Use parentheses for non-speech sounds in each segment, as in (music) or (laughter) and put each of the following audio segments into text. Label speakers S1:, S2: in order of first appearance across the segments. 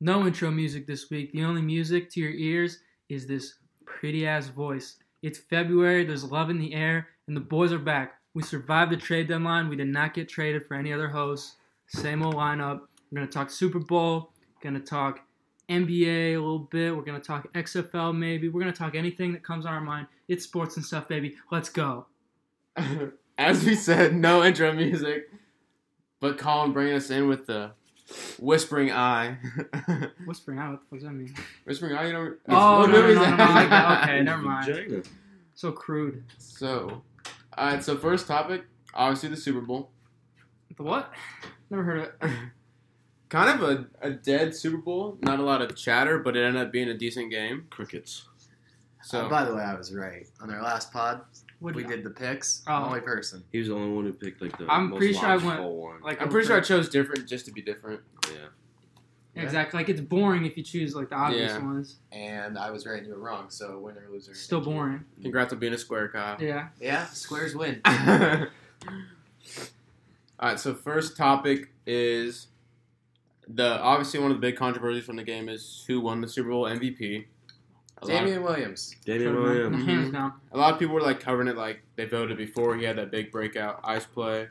S1: No intro music this week. The only music to your ears is this pretty ass voice. It's February, there's love in the air, and the boys are back. We survived the trade deadline. We did not get traded for any other hosts. Same old lineup. We're going to talk Super Bowl, going to talk NBA a little bit. We're going to talk XFL maybe. We're going to talk anything that comes on our mind. It's sports and stuff, baby. Let's go.
S2: (laughs) As we said, no intro music, but Colin bringing us in with the whispering eye. (laughs)
S1: Whispering out, what the fuck does that mean?
S2: whispering eye, you know?
S1: Oh,
S2: what
S1: no, no,
S2: movie is
S1: no, no, no,
S2: that? (laughs)
S1: no, okay, never mind.
S3: Vagina.
S1: So crude.
S2: So, all right. So first topic, obviously the Super Bowl.
S1: The what? Never heard of it.
S2: (laughs) Kind of a, a dead Super Bowl. Not a lot of chatter, but it ended up being a decent game.
S3: Crickets.
S2: So
S4: Uh, by the way, I was right on our last pod.
S1: What
S4: We
S1: do you-
S4: did the picks.
S1: Oh.
S4: Only person.
S3: He was the only one who picked like the.
S1: I'm
S3: most
S1: pretty sure I went,
S3: logical One.
S1: Like
S2: I'm pretty sure I
S1: over-
S2: chose different just to be different.
S3: yeah.
S1: Yeah, Exactly. Like it's boring if you choose like the obvious
S2: Yeah.
S1: ones.
S4: And I was right and you were wrong. So winner, loser.
S1: Still boring.
S2: Congrats on being a square, Kyle.
S1: Yeah.
S4: Yeah, squares
S1: (laughs)
S4: win.
S2: All right, so first topic is the obviously one of the big controversies from the game is who won the Super Bowl MVP. A lot, of,
S4: Damian Williams.
S3: Damian
S1: Should've won. (laughs)
S3: Williams.
S1: Hands down.
S2: a lot of people were like covering it like they voted before he had that big breakout ice play,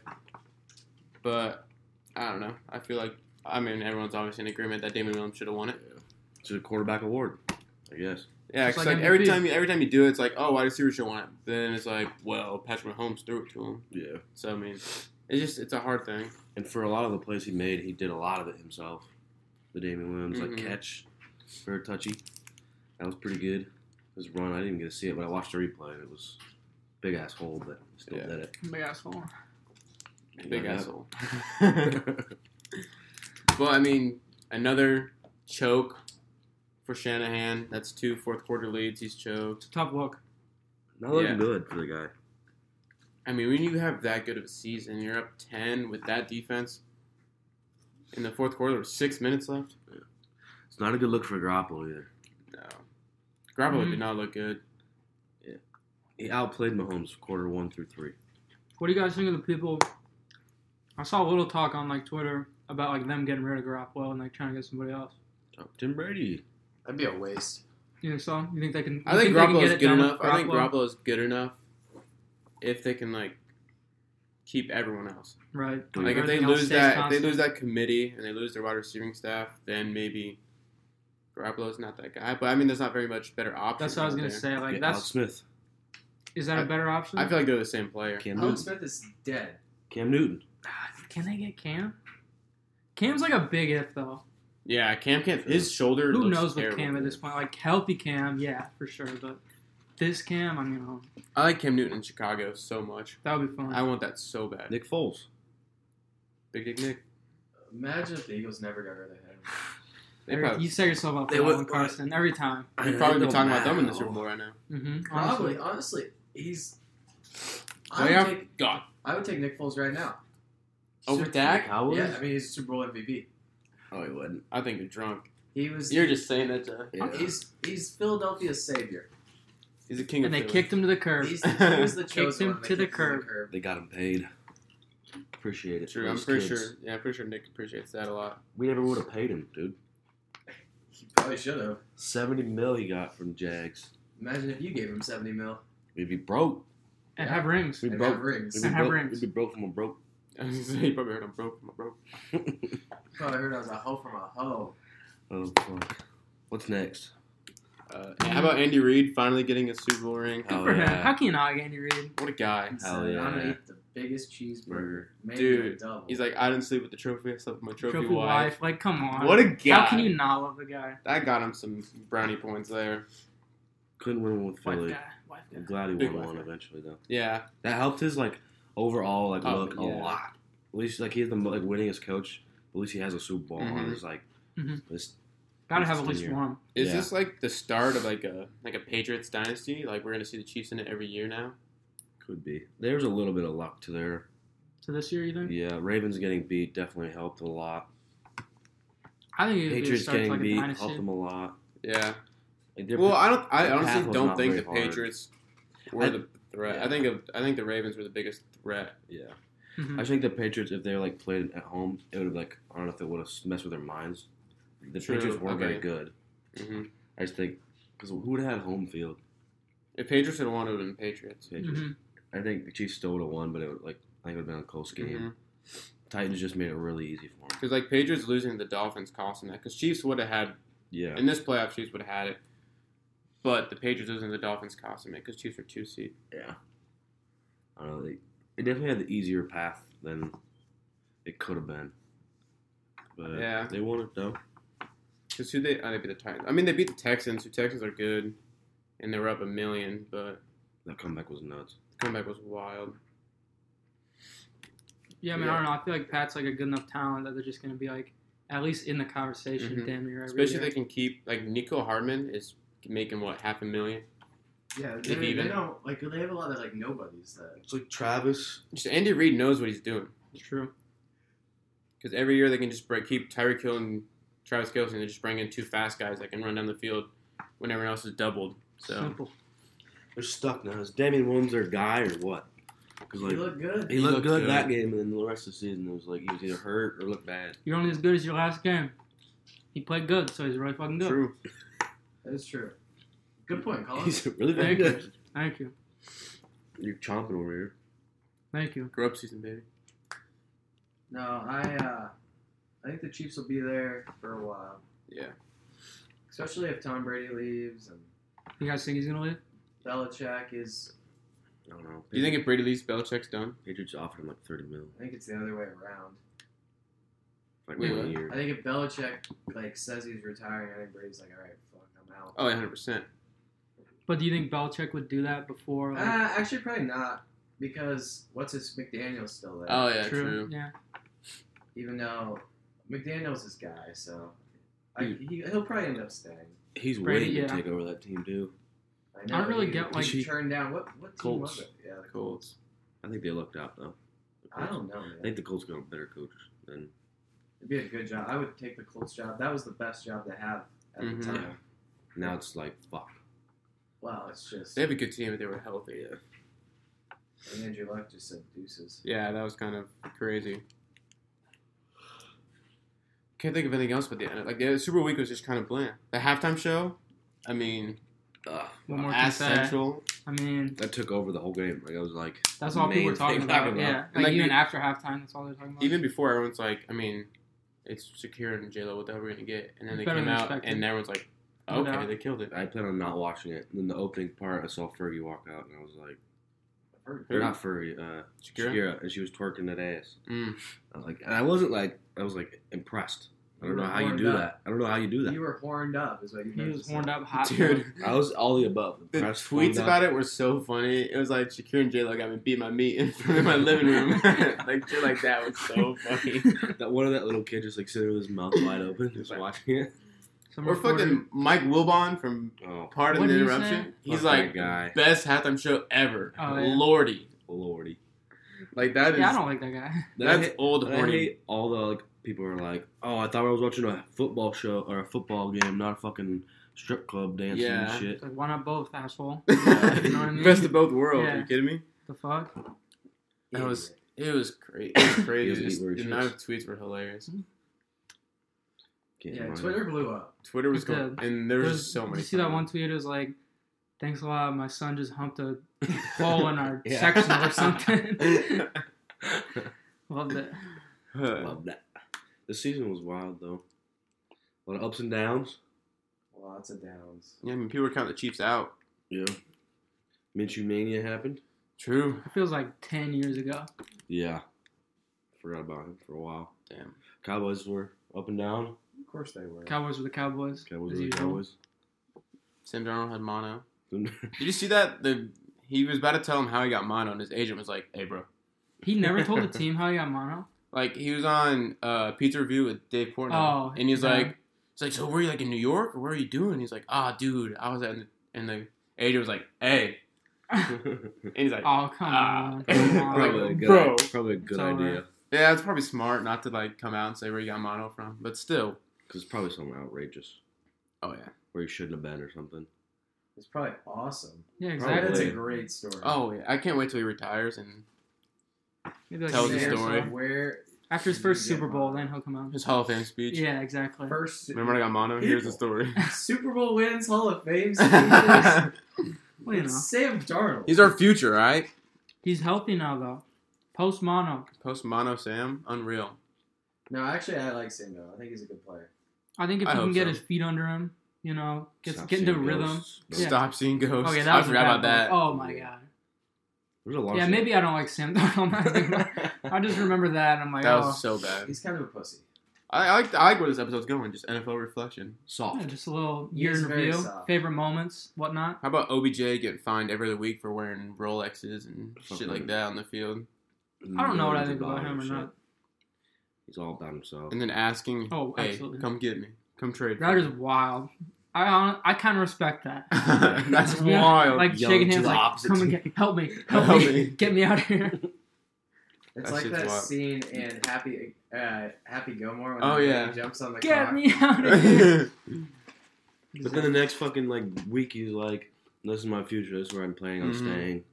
S2: but I don't know. I feel like I mean everyone's obviously in agreement that Damian Williams should have won it.
S3: It's a quarterback award, I guess.
S2: Yeah,
S1: Just
S2: it's
S1: like
S2: like, every
S1: MVP.
S2: time you every time you do it, it's like oh wide receiver should want it. Then it's like well Patrick Mahomes threw it to him.
S3: Yeah.
S2: So I mean, it's just it's a hard thing.
S3: And for a lot of the plays he made, he did a lot of it himself. The Damian Williams
S2: Mhm.
S1: Mm-hmm.
S3: like catch for a touchy, that was pretty good. His run, I didn't even get to see it, but I watched the replay and it was big ass hole, but still
S2: Yeah.
S3: did it.
S1: Big asshole.
S2: Big
S3: Yeah.
S2: asshole. (laughs) well, I mean, another choke for Shanahan. That's two fourth quarter leads. He's choked.
S1: Tough look.
S3: Not looking
S2: Yeah.
S3: good for the guy.
S2: I mean, when you have that good of a season, you're up ten with that defense. In the fourth quarter, with six minutes left.
S3: It's not a good look for Garoppolo either.
S2: No, Garoppolo
S1: Mhm.
S2: did not look good.
S3: He outplayed Mahomes quarter one through three.
S1: What do you guys think of the people? I saw a little talk on like Twitter about like them getting rid of Garoppolo and like trying to get somebody else.
S3: Oh, Tim Brady.
S4: That'd be a waste.
S1: You think so? You think they can?
S2: I
S1: you
S2: think
S1: they can
S2: Garoppolo
S1: get
S2: is
S1: it
S2: good
S1: done with
S2: enough. I think Garoppolo is good enough if they can like keep everyone else.
S1: Right.
S2: Like if they
S1: everything else
S2: lose
S1: stays
S2: that, if
S1: constant.
S2: they lose that committee and they lose their wide receiving staff, then maybe Garoppolo's not that guy. But I mean, there's not very much better option.
S1: That's what I was gonna say. Like
S3: Yeah, Alex
S1: that's
S3: Smith.
S1: is that a better option?
S2: I feel like they're the same player.
S3: Cam
S5: Oh,
S4: Alex
S3: Newton.
S4: Smith is dead.
S3: Cam Newton.
S1: Ah, can they get Cam? Cam's like a big if though.
S2: Yeah, Cam can't. His shoulder.
S1: Who
S2: looks
S1: knows with
S2: terrible.
S1: Cam at this point? Like healthy Cam, yeah, for sure. But this Cam, I mean, oh,
S2: I like Cam Newton in Chicago so much.
S1: that would be fun.
S2: I want that so bad.
S3: Nick Foles.
S2: Big Dick Nick.
S4: Imagine if the Eagles never got rid of him.
S2: They
S1: Every-
S2: probably,
S1: you set yourself up
S3: They
S1: for that
S3: would-
S1: one, Carson, every time.
S2: we'd probably be talking about them in the Super Bowl right now.
S1: Mm-hmm.
S4: Probably. Honestly, he's. I would,
S2: Playoff
S4: take,
S2: God
S4: I would take Nick Foles right now.
S2: over
S4: Super-
S2: Dak.
S4: Yeah, I mean he's a Super Bowl MVP.
S3: Oh, he wouldn't.
S2: I think you're drunk.
S4: He was.
S2: You're just saying that. To,
S4: He's he's Philadelphia's savior.
S2: he's a
S1: And
S2: king. of
S1: they
S2: Philly.
S1: kicked him to the curb.
S2: (laughs)
S4: He's, he was the
S1: Kicked
S4: chosen
S1: him
S4: one. They
S1: to the
S4: kicked him
S1: curb.
S3: They got him paid. Appreciate it.
S2: True.
S3: for
S2: I'm
S3: his
S2: pretty
S3: kids.
S2: sure. Yeah, I'm pretty sure Nick appreciates that a lot. (laughs)
S3: We never would have paid him, dude.
S4: He probably should have.
S3: Seventy mil he got from Jags.
S4: Imagine if you gave him seventy mil
S3: We'd be broke.
S1: and have rings.
S3: We'd be
S4: and have
S3: broke.
S4: rings. You
S3: We'd
S5: (laughs)
S3: be
S1: And have
S3: broke.
S1: rings.
S3: We'd be broke from a broke. (laughs)
S2: he probably heard I'm broke. I'm broke.
S4: probably heard I was a hoe from a hoe.
S3: oh fuck. What's next?
S2: Uh, and how about Andy Reid finally getting a Super Bowl ring?
S1: Good
S3: Oh,
S1: for him.
S3: yeah.
S1: How can you not get Andy Reid?
S2: What a guy.
S4: He
S3: Hell
S4: said, I'm gonna
S3: yeah.
S4: eat the biggest cheeseburger, maybe
S2: Dude,
S4: a double.
S2: He's like, I didn't sleep with the trophy. I slept with my trophy,
S1: Trophy
S2: wife.
S1: wife. Like, come on.
S2: What a guy.
S1: How can you not love the guy?
S2: That got him some brownie points there.
S3: Couldn't win one with
S1: Wife
S3: Philly.
S1: guy. Wife guy.
S3: I'm glad he
S2: Big
S3: won
S2: wife.
S3: one eventually though.
S2: Yeah.
S3: That helped his like overall like
S2: Oh,
S3: look a
S2: yeah.
S3: lot. At least like he's the mo- like winningest coach. At least he has a Super Bowl
S2: Mhm.
S3: on his like
S1: Mhm.
S3: this
S1: Gotta
S3: He's
S1: have at least
S3: tenure.
S1: one.
S2: Is
S3: Yeah.
S2: this like the start of like a like a Patriots dynasty? Like we're gonna see the Chiefs in it every year now.
S3: could be. There's a little bit of luck to there.
S1: So this year, you think?
S3: Yeah, Ravens getting beat definitely helped a lot.
S1: I think it would be a
S3: Patriots
S1: start to
S3: getting
S1: like a
S3: beat
S1: dynasty.
S3: helped them a lot.
S2: Yeah.
S3: Like, they're
S2: Well, I don't. I
S3: their path
S2: honestly
S3: was
S2: don't
S3: not
S2: think the
S3: very hard.
S2: Patriots were
S3: I-
S2: the threat.
S3: yeah.
S2: I think of, I think the Ravens were the biggest threat.
S3: Yeah.
S1: Mhm.
S3: I just think the Patriots, if they were like played at home, it would have like I don't know if it would have messed with their minds. The
S2: True,
S3: Patriots weren't very
S2: okay.
S3: good.
S2: hmm
S3: I just think because who would have had home field?
S2: If Patriots had won, it would have been Patriots.
S1: Mm-hmm.
S3: Patriots. I think the Chiefs still would have won, but it would like I think it would have been a close game.
S2: Because
S3: Titans just made it really easy for them.
S2: Mm-hmm. like Patriots losing to the Dolphins cost them that. Because Chiefs would have had
S3: Yeah,
S2: in this playoff, Chiefs would have had it. But the Patriots losing to the Dolphins cost them it because Chiefs are two seed.
S3: yeah. I don't know. They, they definitely had the easier path than it could have been. But
S2: Yeah.
S3: they won it though.
S2: Because who they? Oh, they beat the Titans. I mean, they beat the Texans. Who Texans are good, and they were up a million. But
S3: That comeback was nuts.
S2: the comeback was wild.
S1: Yeah, I mean,
S2: Yeah.
S1: I don't know. I feel like Pat's like a good enough talent that they're just gonna be like at least in the conversation,
S2: Mhm.
S1: damn near every
S2: Especially
S1: year.
S2: if they can keep like Nico Hardman is making what half a million.
S5: Yeah,
S2: If
S5: they,
S2: even.
S5: they don't like they have a lot of like nobodies that
S3: It's like Travis.
S2: Just Andy Reid knows what he's doing
S1: It's true.
S2: because every year they can just break, keep Tyreek Hill and Travis Kelce, and they just bring in two fast guys that can run down the field when everyone else is doubled. So
S1: Simple.
S3: They're stuck now. Is Damian Williams their guy or what? Because
S5: he looked good.
S3: He,
S2: He
S3: looked,
S2: looked
S3: good,
S2: good.
S3: that game, and then the rest of the season it was like he was either hurt or looked bad.
S1: You're only as good as your last game. He played good, so he's really fucking good.
S2: true.
S5: That is true. Good point,
S3: (laughs)
S5: Colin.
S3: He's really
S1: Thank
S3: bad.
S1: you. Thank you.
S3: (laughs) You're chomping over here.
S1: Thank you.
S2: Grow up season, baby.
S5: No, I uh, I think the Chiefs will be there for a while,
S2: Yeah.
S5: especially if Tom Brady leaves and
S1: You guys think he's gonna leave?
S5: Belichick is.
S3: I don't know.
S2: Do you think if Brady leaves, Belichick's done?
S3: Patriots offered him like thirty mil,
S5: I think it's the other way around.
S3: like
S2: Wait,
S3: one
S2: what?
S3: year?
S5: I think if Belichick like says he's retiring, I think Brady's like, all right, fuck, I'm out.
S2: Oh, 100 percent.
S1: But do you think Belichick would do that before? Like,
S3: Ah.
S5: Uh, actually, probably not because what's his McDaniel's still there.
S2: Oh yeah, true.
S1: Yeah.
S5: Even though McDaniel's his guy, so I,
S3: Dude.
S5: he, he'll probably end up staying.
S3: He's
S1: Brady,
S3: waiting
S1: yeah.
S3: to take over that team too.
S5: I, know,
S1: don't really
S5: he-
S1: get,
S5: he
S1: like-
S5: should turn down what what team
S3: Colts.
S5: was it? Yeah, the Colts.
S2: Colts.
S3: I think they looked up though. The
S5: I
S3: Colts-
S5: don't know.
S3: I
S5: Man.
S3: think the Colts got a better coach than
S5: It'd be a good job. I would take the Colts job. That was the best job to have at
S2: Mhm.
S5: the time.
S3: now. It's like fuck.
S5: Wow, it's just
S2: They have a good team if they were healthy. Yeah,
S5: and Andrew Luck just said deuces.
S2: that was kind of crazy. Can't think of anything else but the end. Like the Super Week was just kind of bland. The halftime show, I mean,
S3: Ugh.
S1: One more
S2: ass
S1: thing to say.
S2: central.
S1: I mean,
S3: That took over the whole game. Like I was like,
S1: that's all people
S3: Main
S1: were talking
S3: thing
S1: about.
S3: talking about.
S1: Yeah.
S2: And,
S1: Like,
S2: like,
S1: even
S2: be-
S1: after halftime, that's all they're talking about.
S2: Even before everyone's like, I mean, it's secure and J Lo. What the hell are we gonna get? And then they
S1: Better
S2: came
S1: than
S2: out,
S1: expected.
S2: and everyone's like,
S1: No
S2: okay,
S1: doubt.
S2: they killed it.
S3: I plan on not watching it. And then the opening part, I saw Fergie walk out, and I was like,
S2: Who?
S3: or not Fergie, uh,
S2: Secure.
S3: Shakira, and she was twerking that ass.
S2: Mm.
S3: I was like, and I wasn't like, I was like impressed. I
S5: You
S3: don't know
S5: were
S3: how you
S5: horned
S3: do
S5: up.
S3: that. I don't know how you do
S5: You
S3: that.
S5: were horned up, is what you
S1: he
S5: meant
S1: was
S5: to
S1: warmed up hot.
S2: Dude,
S3: I was all the above.
S2: the
S3: Impressed,
S2: tweets
S3: horned up.
S2: about it were so funny. It was like Shakira and J Lo got me beat my meat in front of my living room. (laughs) like shit like that was
S1: (laughs)
S2: so funny.
S3: that one of that little kid just like sitting with his mouth wide open,
S2: (laughs)
S3: just
S2: Right.
S3: watching it.
S1: Some
S2: Or
S1: reporter-
S2: fucking Mike Wilbon from
S3: Oh,
S2: Pardon
S1: What
S2: the
S1: did he
S2: Interruption.
S1: say?
S2: He's
S3: Fuck that
S2: like
S3: guy.
S2: best halftime show ever.
S1: Oh, yeah.
S2: Lordy,
S3: lordy.
S2: like that is
S1: Yeah, I don't like that guy. (laughs)
S2: that's
S3: That
S2: old
S3: I, hate,
S2: (laughs)
S3: I
S2: horny.
S3: hate all the like people are like, oh, I thought I was watching a football show or a football game, not a fucking strip club dancing
S2: Yeah.
S3: and shit.
S1: It's like, why not both, asshole? You know what I mean?
S2: Best of both worlds. Are
S1: Yeah.
S2: you kidding me?
S1: The fuck?
S5: say.
S2: That was it was crazy. (coughs) It was crazy.
S3: He was
S2: Just
S3: eating
S2: the amount of tweets were hilarious.
S1: Mm-hmm.
S3: Can't
S5: yeah.
S3: mind.
S5: Twitter blew up.
S2: Twitter was
S1: It
S2: going,
S1: did.
S2: and there was
S1: There's-
S2: just so
S1: Did
S2: many.
S1: you see that
S2: times.
S1: one tweet? It was like, thanks a lot. My son just humped
S2: (laughs)
S1: a hole in our section or something. (laughs) Loved it.
S3: (laughs) Love that. The season was wild though. A lot of ups and downs.
S5: Lots of downs.
S2: yeah, I mean, people were counting the Chiefs out.
S3: Yeah. Minshew mania happened.
S2: True.
S1: It feels like 10 years ago.
S3: Yeah. Forgot about him for a while.
S2: Damn.
S3: Cowboys were up and down.
S5: Of course they were.
S1: Cowboys were the Cowboys.
S3: Cowboys
S1: as
S3: were the
S1: usual.
S3: Cowboys. (laughs)
S2: Sam Darnold had mono.
S3: Did
S2: Did you see that? The he was about to tell him how he got mono, and his agent was like, "Hey, bro."
S1: He never told
S2: (laughs)
S1: the team how he got mono.
S2: Like he was on uh, Pizza Review with Dave Portnoy,
S1: Oh,
S2: and he's
S1: yeah.
S2: like, "It's like, so were you like in New York, or where are you doing?" He's like, "Ah, dude, I was at," and the agent was like, "Hey," and he's like,
S1: Oh, come
S2: Ah. (laughs)
S1: on. Come on.
S3: probably a good,
S2: Bro.
S3: probably a good
S1: It's all
S3: idea.
S1: right.
S2: "Yeah, it's probably smart not to like come out and say where you got mono from, but still."
S3: Because it's probably something outrageous
S2: Oh yeah.
S3: where you shouldn't have been or something.
S5: It's probably awesome.
S1: Yeah,
S5: That's
S1: exactly.
S5: a great story.
S2: Oh yeah. I can't wait till he retires and
S1: Maybe like
S2: Tell
S1: a
S2: the
S1: year or
S2: story.
S1: so.
S5: Where
S1: After his first
S5: Yeah.
S1: Super Bowl, then he'll come out.
S2: His Hall of Fame speech.
S1: Yeah, exactly.
S5: First
S2: Remember when I got mono? Here's the story.
S5: Super Bowl wins Hall of Fame. speeches.
S2: He's
S1: Well, you know,
S5: Sam Darnold.
S2: our future, all right?
S1: he's healthy now though. Post mono,
S2: Post mono Sam, unreal.
S5: no, actually, I like Sam Darnold. I think he's a good player.
S1: I think if
S2: I
S1: he can
S2: hope
S1: get
S2: so.
S1: his feet under him, you know, gets
S3: Stop
S1: get into a
S3: seeing
S1: rhythm.
S3: ghosts.
S1: Yeah.
S2: Stop seeing ghosts.
S1: Okay, that
S2: I
S1: was a
S2: forgot about
S1: bad
S2: that.
S1: one. Oh my god.
S3: There's a lot.
S1: Yeah,
S3: of
S1: maybe I don't like Sam (laughs) Darnold. I just remember that, and I'm like,
S2: that
S1: oh,
S2: was so bad.
S5: He's kind of a pussy.
S2: I, I like I like where this episode's going. Just NFL reflection.
S1: oh. yeah,
S3: soft.
S1: just a little
S5: He
S1: year
S5: is
S1: in
S5: very
S1: review,
S5: soft.
S1: favorite moments, whatnot.
S2: How about OBJ getting fined every other week for wearing Rolexes and shit like that on the field,
S1: I don't know what I
S3: Millions
S1: think
S3: of
S1: about him or
S3: dollars,
S1: not.
S3: shit. He's all about himself.
S2: and then asking,
S1: Oh,
S2: "Hey,
S1: absolutely.
S2: come get me, come trade." for
S1: That
S2: me."
S1: is wild. I hon- I kind of respect that.
S2: (laughs) That's
S1: (laughs) (laughs) Yeah,
S2: wild.
S1: Like shaking
S3: Yelling to
S1: hands,
S3: the
S1: like
S3: opposite
S1: come and
S3: team.
S1: get, help
S3: (laughs)
S1: me, help,
S2: Help
S1: me,
S2: me.
S1: get me out of here.
S5: It's
S2: That
S5: like
S2: shit's
S5: that
S2: wild.
S5: scene in Happy uh, Happy Gilmore when
S2: Oh,
S5: he
S2: yeah.
S5: jumps on the
S1: Get
S5: cock.
S1: me out
S3: (laughs)
S1: of
S2: (laughs)
S1: here.
S2: but
S3: uh, But then the next fucking like week, he's like, "This is my future. This is where I'm planning on
S2: Mhm.
S3: staying."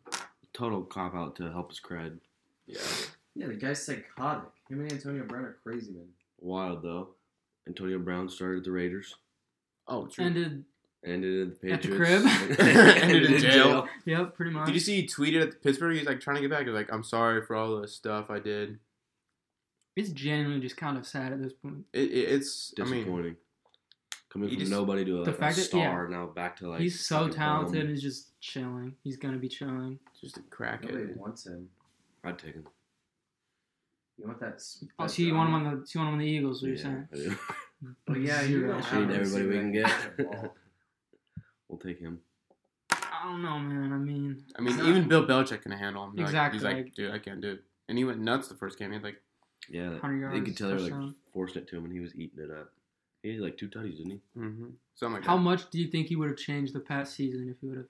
S3: Total cop out to help his cred.
S2: yeah,
S5: Yeah, the guy's psychotic. Him and Antonio Brown are crazy man.
S3: Wild though. Antonio Brown started at the Raiders,
S2: oh, true.
S1: ended.
S3: ended at the
S1: At the
S3: Patriots, (laughs)
S1: crib.
S2: Ended in jail.
S1: Yep, pretty much.
S2: Did you see he tweeted at Pittsburgh? He's like trying to get back. He's like, "I'm sorry for all the stuff I did."
S1: It's genuinely just kind of sad at this point.
S2: It, it, it's I
S3: Disappointing.
S2: mean,
S3: Coming
S2: he
S3: from
S2: just-
S3: nobody to
S1: the
S3: like,
S1: fact
S3: a
S1: that-
S3: star now, back to like
S1: he's so
S3: fucking bum.
S1: talented. and He's just chilling. He's gonna be chilling.
S2: just a crack at
S5: Nobody
S2: it.
S5: wants him.
S3: I'd take him.
S5: You want that? s-
S1: Oh,
S5: that
S1: so you want him
S5: drama?
S1: on the? So you want him on the Eagles? What you're
S3: Yeah,
S1: saying?
S3: I do. (laughs)
S5: Well, yeah, you
S1: Zero.
S5: don't
S3: Shoot
S5: have a
S3: everybody we
S5: receiver
S3: can
S5: that
S3: get.
S5: the ball.
S3: we'll take him.
S1: I don't know, man. I mean,
S2: I mean,
S5: No.
S2: even Bill Belichick can handle him. Like,
S1: Exactly.
S2: He's like, dude, I can't do it. And he went nuts the first game. He's like,
S3: Yeah, that-
S1: 100
S3: they
S1: yards,
S3: could tell they were like
S1: touchdown.
S3: forcing it to him, and he was eating it up. He had like two tutties, didn't he?
S2: mm-hmm. something like
S1: how
S2: that.
S1: much do you think he would have changed the past season if he would have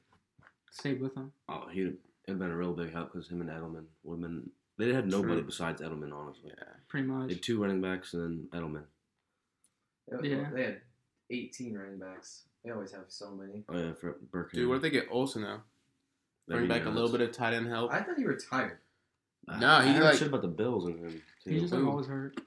S1: stayed with him?
S3: Oh, he'd have it'd been a real big help because him and Edelman would have been. They had nobody
S2: True.
S3: besides Edelman, honestly.
S1: Pretty much.
S3: They had two running backs and then Edelman.
S1: (laughs)
S5: They-
S1: Yeah.
S5: They had 18 running backs. They always have so many.
S3: Oh yeah, for Burke.
S2: Dude, what if they get Olsen now? Bring back a little bit of tight end help.
S5: I thought he retired.
S2: Nah, he,
S3: he
S2: like-
S3: shit about the Bills and him.
S1: He's
S3: too.
S1: just like
S2: who?
S1: always hurt.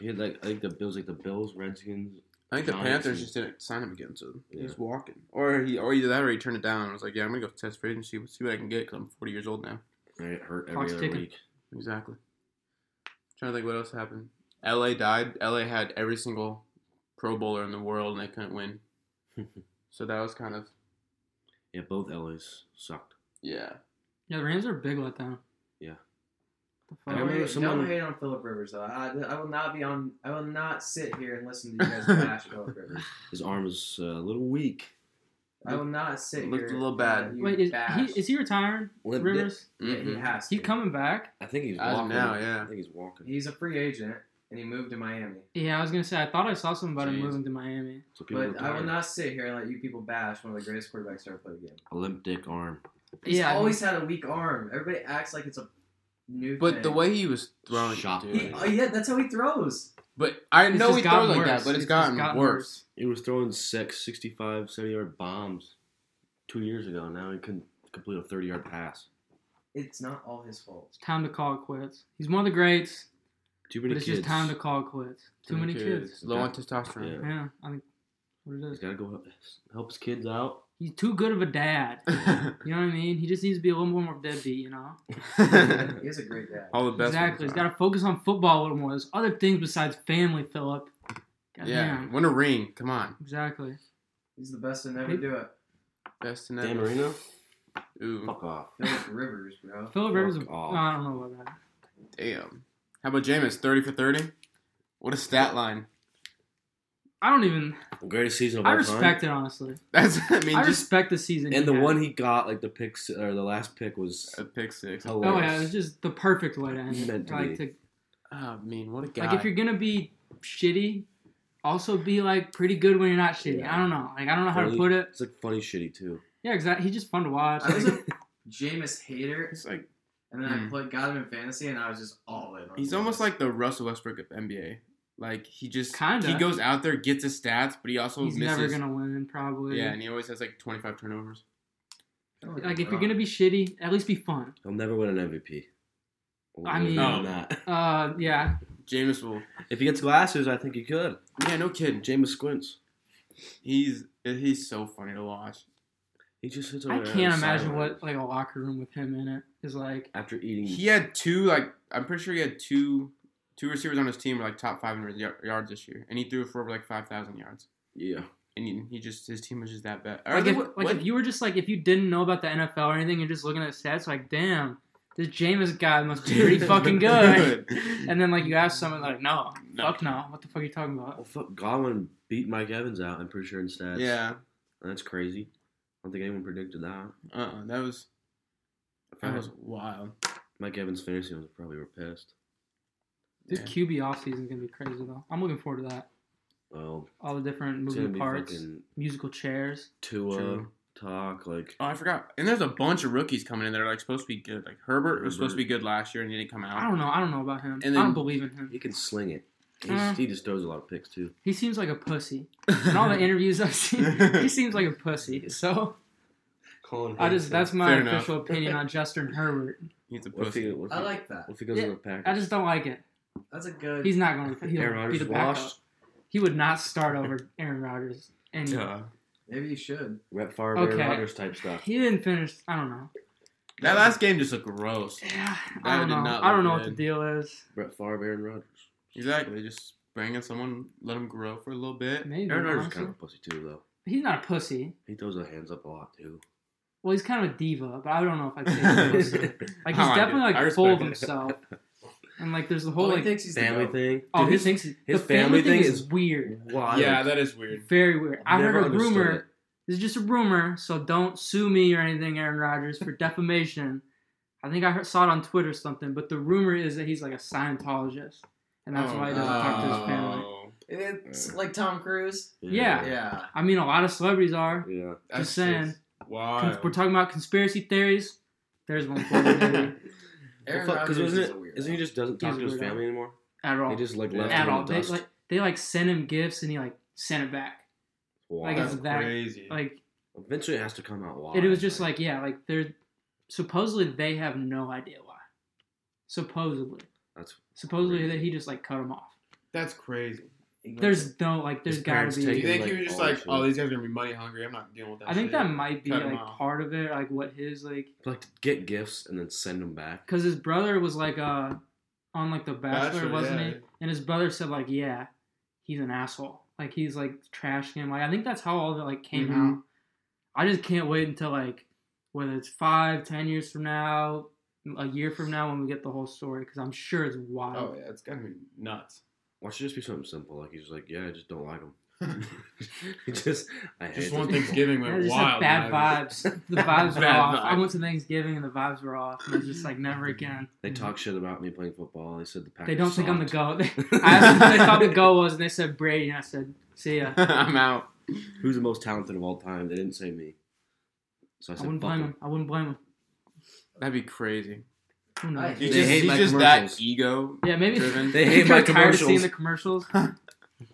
S3: He had like I think the Bills, like the Bills, Redskins.
S2: I think the
S3: Johnson.
S2: Panthers just didn't sign him again, so
S3: Yeah.
S2: he's walking. Or he, or either that, or he turned it down. I was like, yeah, I'm gonna go test free agency, see what I can get, because I'm 40 years old now.
S3: They get hurt every
S1: Clock's
S3: other
S1: ticking.
S3: week.
S2: Exactly. trying to think what else happened. LA died. LA had every single Pro Bowler in the world, and they
S1: (laughs)
S2: couldn't win. so that was kind of
S3: Yeah, both LA's sucked.
S2: yeah.
S1: Yeah, the Rams are a big letdown.
S3: Yeah.
S1: The fuck?
S3: I
S5: Don't
S3: remember
S5: hate,
S3: someone-
S5: don't hate on Philip Rivers though. I, I will not be on. I will not sit here and listen to
S2: (laughs)
S5: you guys bash Philip Rivers.
S3: His arm is uh, a little weak.
S5: I will not sit
S2: Looked
S5: here.
S2: a little
S5: and
S2: bad.
S5: let you
S1: Wait, is
S5: bash.
S1: he is he retiring?
S3: Limp dip.
S1: Rivers?
S5: Yeah, he
S2: Mhm.
S5: has.
S1: He
S5: to.
S1: coming back?
S3: I think he's
S2: As of
S3: walking
S2: now, yeah.
S3: I think he's walking.
S5: He's a free agent, and he moved to Miami.
S1: Yeah, I was gonna say I thought I saw something about him
S2: Jeez.
S1: moving to Miami.
S3: So people
S5: But I will
S3: retire.
S5: not sit here and let you people bash one of the greatest quarterbacks to ever play the game.
S3: Olympic arm.
S5: He's
S1: Yeah, I
S5: always had a weak arm. Everybody acts like it's a new.
S2: But
S5: thing.
S2: the way he was throwing,
S3: Shot
S2: dude.
S5: He, oh, yeah, that's how he throws.
S2: But I
S1: It's
S2: know
S1: just
S2: he
S1: gotten
S2: throws
S1: worse.
S2: like that, but
S1: It's
S2: it's
S1: just
S2: gotten,
S1: gotten
S2: worse.
S3: He was throwing six, 65, 70 yard bombs two years ago. Now he couldn't complete a 30 yard pass.
S5: It's not all his
S2: (laughs)
S5: fault.
S1: It's time to call it quits. He's one of the greats,
S3: Too
S1: but
S3: many
S1: it's
S3: kids.
S1: just time to call it quits. Too many kids.
S2: Low on testosterone.
S3: Yeah.
S1: Yeah, I think what it
S3: He's
S1: is.
S3: got to go help- help his kids out.
S1: He's too good of a dad. You know what I mean? He just needs to be a little more deadbeat, you know?
S5: He is a great guy.
S2: (laughs) All the best.
S1: exactly. He's got to focus on football a little more. There's other things besides family, Philip. God
S2: yeah,
S1: damn.
S2: win a ring. Come on,
S1: Exactly.
S5: He's the best to never
S1: Maybe-
S5: do it.
S2: best in
S3: Dan
S2: ever.
S3: Marino? Oh.
S2: Ooh,
S3: Fuck off.
S5: Philip Rivers, bro.
S1: Philip Rivers,
S3: Fuck off.
S1: no, I don't know about that.
S2: damn. How about Jameis? Thirty for thirty. What a stat line. (laughs)
S1: I don't even.
S3: The greatest season of
S1: I
S3: all
S1: respect it, honestly.
S2: That's I mean
S1: I
S2: just
S1: respect the season.
S3: time. And
S1: he
S3: the
S1: had.
S3: one he got, like the picks or the last pick was
S2: a pick six. Oh,
S1: Oh
S3: hilarious.
S1: yeah, it was just the perfect way to end
S3: Meant
S1: it.
S3: to
S1: Like,
S3: be.
S1: to,
S2: I mean, Ah, what a guy.
S1: like if you're gonna be shitty, also be like pretty good when you're not shitty.
S3: Yeah.
S1: I don't know. Like I don't know how
S3: Really?
S1: to put it.
S3: It's like funny shitty too.
S1: Yeah, exactly. He's just fun to watch. (laughs)
S5: I was a Jameis hater,
S2: it's like
S5: and then I
S2: Hmm.
S5: played, got him in fantasy, and I was just all in. on
S2: he's
S5: Jameis.
S2: almost like the Russell Westbrook of NBA. Like he just
S1: Kinda.
S2: he goes out there, gets his stats, but he also
S1: He's
S2: misses.
S1: never gonna win, probably.
S2: yeah, and he always has like twenty five turnovers.
S5: I don't
S1: Like if you're
S5: wrong.
S1: gonna be shitty, at least be fun.
S3: He'll never win an MVP.
S1: I mean-
S3: no, not.
S1: Uh, yeah.
S2: Jameis will.
S3: If he gets glasses, I think he could.
S2: Yeah, no kidding.
S3: Jameis squints.
S2: He's he's so funny to watch.
S3: He just sits over
S1: I
S3: there
S1: can't
S3: on the
S1: imagine
S3: sideline.
S1: what like a locker room with him in it is like.
S3: after eating.
S2: He had two like I'm pretty sure he had two two receivers on his team were like top 500 y- yards this year, and he threw for over like 5,000 yards.
S3: yeah,
S2: And he, he just his team was just that bad. Or
S1: Like,
S2: they
S1: if,
S2: wa-
S1: like
S2: what?
S1: if you were just like if you didn't know about the NFL or anything, you're just looking at stats like, damn, this Jameis guy must be
S3: (laughs)
S1: pretty fucking good.
S2: (laughs)
S1: (laughs) And then like you ask someone like, no,
S2: No.
S1: fuck no, what the fuck are you talking
S3: well,
S1: about?
S3: Oh, fuck, Godwin beat Mike Evans out. I'm pretty sure in stats.
S2: yeah,
S3: that's crazy. I don't think anyone predicted that.
S2: uh, uh that was
S3: If I
S2: that
S3: was
S2: was wild.
S3: Mike Evans fantasy owners probably were pissed.
S1: This
S2: Yeah.
S1: QB offseason is gonna be crazy though. I'm looking forward to that.
S3: Well,
S1: All the different
S3: it's gonna
S1: moving
S3: be
S1: parts,
S3: fucking
S1: musical chairs.
S3: Tua
S2: True.
S3: talk like
S2: Oh, I forgot. And there's a bunch of rookies coming in that are like supposed to be good. Like Herbert was supposed to be good last year and he didn't come out.
S1: I
S2: (laughs)
S1: don't know. I don't know about him.
S2: And
S1: I
S2: then-
S1: don't believe in him.
S3: he can sling it. He's,
S1: Uh.
S3: he just throws a lot of picks too.
S1: He seems like a pussy. In
S2: (laughs)
S1: all the interviews I've seen, he seems like a pussy. So
S3: Colin
S1: I just that's my
S2: Fair enough.
S1: official opinion on Justin Herbert.
S2: He's a
S3: what if he,
S2: pussy.
S3: what if
S4: I
S3: he-
S4: like that.
S3: what if he goes
S1: Yeah,
S3: to the Packers?
S1: I just don't like it.
S4: That's a good.
S1: He's not going to he'll
S3: Aaron
S1: be
S3: Rodgers
S1: the backup.
S3: washed.
S1: He would not start over Aaron Rodgers. (laughs) And
S2: Duh.
S4: Maybe you should.
S3: Rep Favre,
S1: Okay.
S3: Aaron Rodgers
S1: (laughs)
S3: type stuff.
S1: he didn't finish. I don't know.
S2: That last game just looked gross.
S1: Yeah,
S2: That
S1: I don't
S2: did
S1: know.
S2: not
S1: I don't
S2: look
S1: know what
S2: good.
S1: the deal is.
S3: Brett Favre, Aaron Rodgers.
S2: Exactly. Just bring in someone, let him grow for a little bit.
S1: Maybe
S3: Aaron Rodgers is
S1: honestly.
S3: kind of a pussy too, though.
S1: he's not a pussy.
S3: He throws his hands up a lot too.
S1: Well, he's kind of a diva, but I don't know if I'd say he's a
S2: (laughs)
S1: pussy. Like he's
S2: I like
S1: definitely
S2: it. I
S1: like
S2: respect
S1: full of
S2: it. (laughs)
S1: himself. And like there's the
S4: Oh,
S1: whole
S4: he
S1: like
S4: thinks he's the
S3: Family
S4: goat.
S3: thing.
S1: oh
S3: Dude,
S1: he
S3: his-
S1: thinks he-
S3: his
S1: the family,
S3: family
S1: thing
S3: thing is-
S1: is weird,
S3: Wild.
S2: yeah, that is weird.
S1: very weird. I
S3: Never
S1: heard a
S3: understood
S1: rumor.
S3: it.
S1: This is just a rumor, so don't sue me or anything, Aaron Rodgers, for defamation. I think I heard, saw it on Twitter or something, but the rumor is that he's like a Scientologist, and that's
S2: Oh,
S1: why he doesn't talk to his family.
S2: no.
S4: It's like Tom Cruise.
S1: Yeah.
S4: Yeah.
S1: I mean, a lot of celebrities are.
S3: Yeah.
S2: That's
S1: Just saying.
S2: just
S1: Con-
S2: Wild.
S1: We're talking about conspiracy theories. There's one for you
S3: (laughs)
S1: maybe,
S4: Aaron
S3: Well, fuck,
S4: Rodgers
S3: 'cause
S4: is
S3: wasn't
S4: a
S3: it-
S4: weirdo.
S3: Isn't he just doesn't talk
S1: He's
S3: to
S1: a
S3: his
S1: weirdo.
S3: family anymore?
S1: at all.
S3: He just like
S2: Yeah.
S3: left
S1: at
S3: him in
S1: all.
S3: the
S1: They
S3: dust.
S1: like they like sent him gifts, and he like sent it back.
S3: Wow.
S1: like,
S2: That's
S1: it's that-
S2: crazy.
S1: Like
S3: Eventually, it has to come out why.
S1: it was just like yeah, like they're supposedly they have no idea why. Supposedly,
S3: that's
S1: supposedly
S3: Crazy.
S1: that he just like cut him off.
S2: That's crazy.
S4: He went
S1: There's no like there's
S3: His
S1: gotta
S3: parents
S2: Do
S3: take
S1: be.
S2: you
S3: it.
S2: think
S3: Like,
S2: he was just
S3: all
S2: like,
S3: shit.
S2: oh, these guys are gonna be money hungry. I'm not dealing with that.
S1: I think
S2: shit.
S1: that might be
S2: Cut him
S1: like
S2: off.
S1: part of it, like what his like
S3: like to get gifts and then send them back.
S1: because his brother was like uh on like the Bachelor,
S2: Bachelor,
S1: wasn't
S2: yeah.
S1: he? And his brother said like yeah, he's an asshole. Like he's like trashing him. Like I think that's how all of it like came
S2: Mhm.
S1: out. I just can't wait until like whether it's five, ten years from now, a year from now when we get the whole story because I'm sure it's wild.
S2: Oh yeah, it's gotta be nuts.
S3: Why should it just be something simple? Like he's just like, yeah, I just don't like him. (laughs) he just, I hate
S2: Just one
S3: these people.
S2: Thanksgiving
S1: Yeah, (laughs)
S2: went
S1: it's just like
S2: wild.
S1: bad
S2: man.
S1: vibes. The vibes were
S2: Bad
S1: off. I
S2: vibes.
S1: went to Thanksgiving and the vibes were off. And I was just like, never again.
S3: They talk shit about me playing football. They said the Packers.
S1: They don't think I'm the goat.
S3: the
S1: I asked them who
S3: (laughs)
S1: they thought the goat was, and they said Brady, and I said, "See
S2: (laughs)
S1: ya."
S2: I'm out.
S3: Who's the most talented of all time? They didn't say me. So I
S1: I
S3: said,
S1: wouldn't
S3: fuck
S1: blame
S3: 'em.
S1: him. I wouldn't blame him.
S2: That'd be crazy.
S1: Who knows?
S4: Hey.
S2: He's
S4: They
S2: just,
S3: hate
S2: he's
S3: my
S2: just that
S3: commercials.
S2: ego.
S1: Yeah, maybe (laughs)
S2: Driven.
S3: They hate my
S1: kinda tired of seeing
S3: commercials.
S1: the commercials.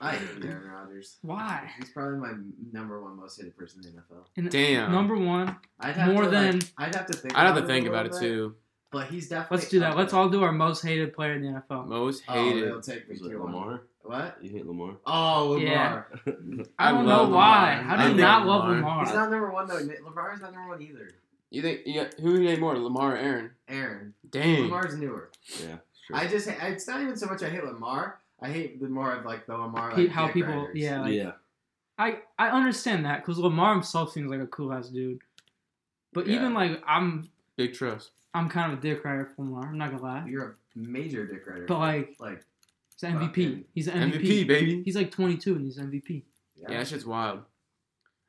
S4: I hate Aaron Rodgers.
S1: Why?
S4: He's probably my number one most hated person in the NFL.
S1: And
S2: Damn.
S1: Number one.
S4: I'd have
S1: More
S4: to,
S1: than-
S4: like, I'd have to think.
S2: I'd have to
S4: it
S2: think
S4: a
S2: about it
S4: little bit,
S2: too.
S4: But he's definitely.
S1: Let's do that.
S4: up
S1: Let's
S4: there.
S1: all do our most hated player in the NFL.
S2: Most
S4: Oh,
S2: hated.
S4: it'll take me
S3: Was it
S4: to one.
S3: Lamar?
S4: What?
S3: You hate Lamar?
S4: Oh, Lamar.
S1: Yeah.
S2: I
S1: I don't know
S2: love
S1: why.
S2: Lamar.
S1: How
S2: I
S1: do you
S2: think
S1: not love
S2: Lamar-
S1: Lamar?
S4: He's not number one though. Lamar's not number one either.
S2: You think yeah, who he more, Lamar or Aaron?
S4: Aaron.
S1: Hmm.
S2: Dang.
S4: Lamar's newer.
S3: Yeah. Sure.
S4: I just. ha- It's not even so much I hate Lamar. I hate the more of like the Lamar.
S1: Pe-
S4: Like,
S1: how
S4: dick
S1: people-
S4: riders.
S1: yeah. like-
S3: yeah.
S1: I I understand that because Lamar himself seems like a cool ass dude. But
S2: Yeah.
S1: even like I'm
S2: Big trust.
S1: I'm kind of a dick rider for Lamar. I'm not gonna lie.
S4: You're a major dick rider.
S1: But like
S4: like
S1: he's an MVP.
S4: Fucking
S1: He's an
S2: MVP,
S1: MVP.
S2: baby.
S1: He's like 22 and he's MVP.
S2: Yeah, that shit's wild.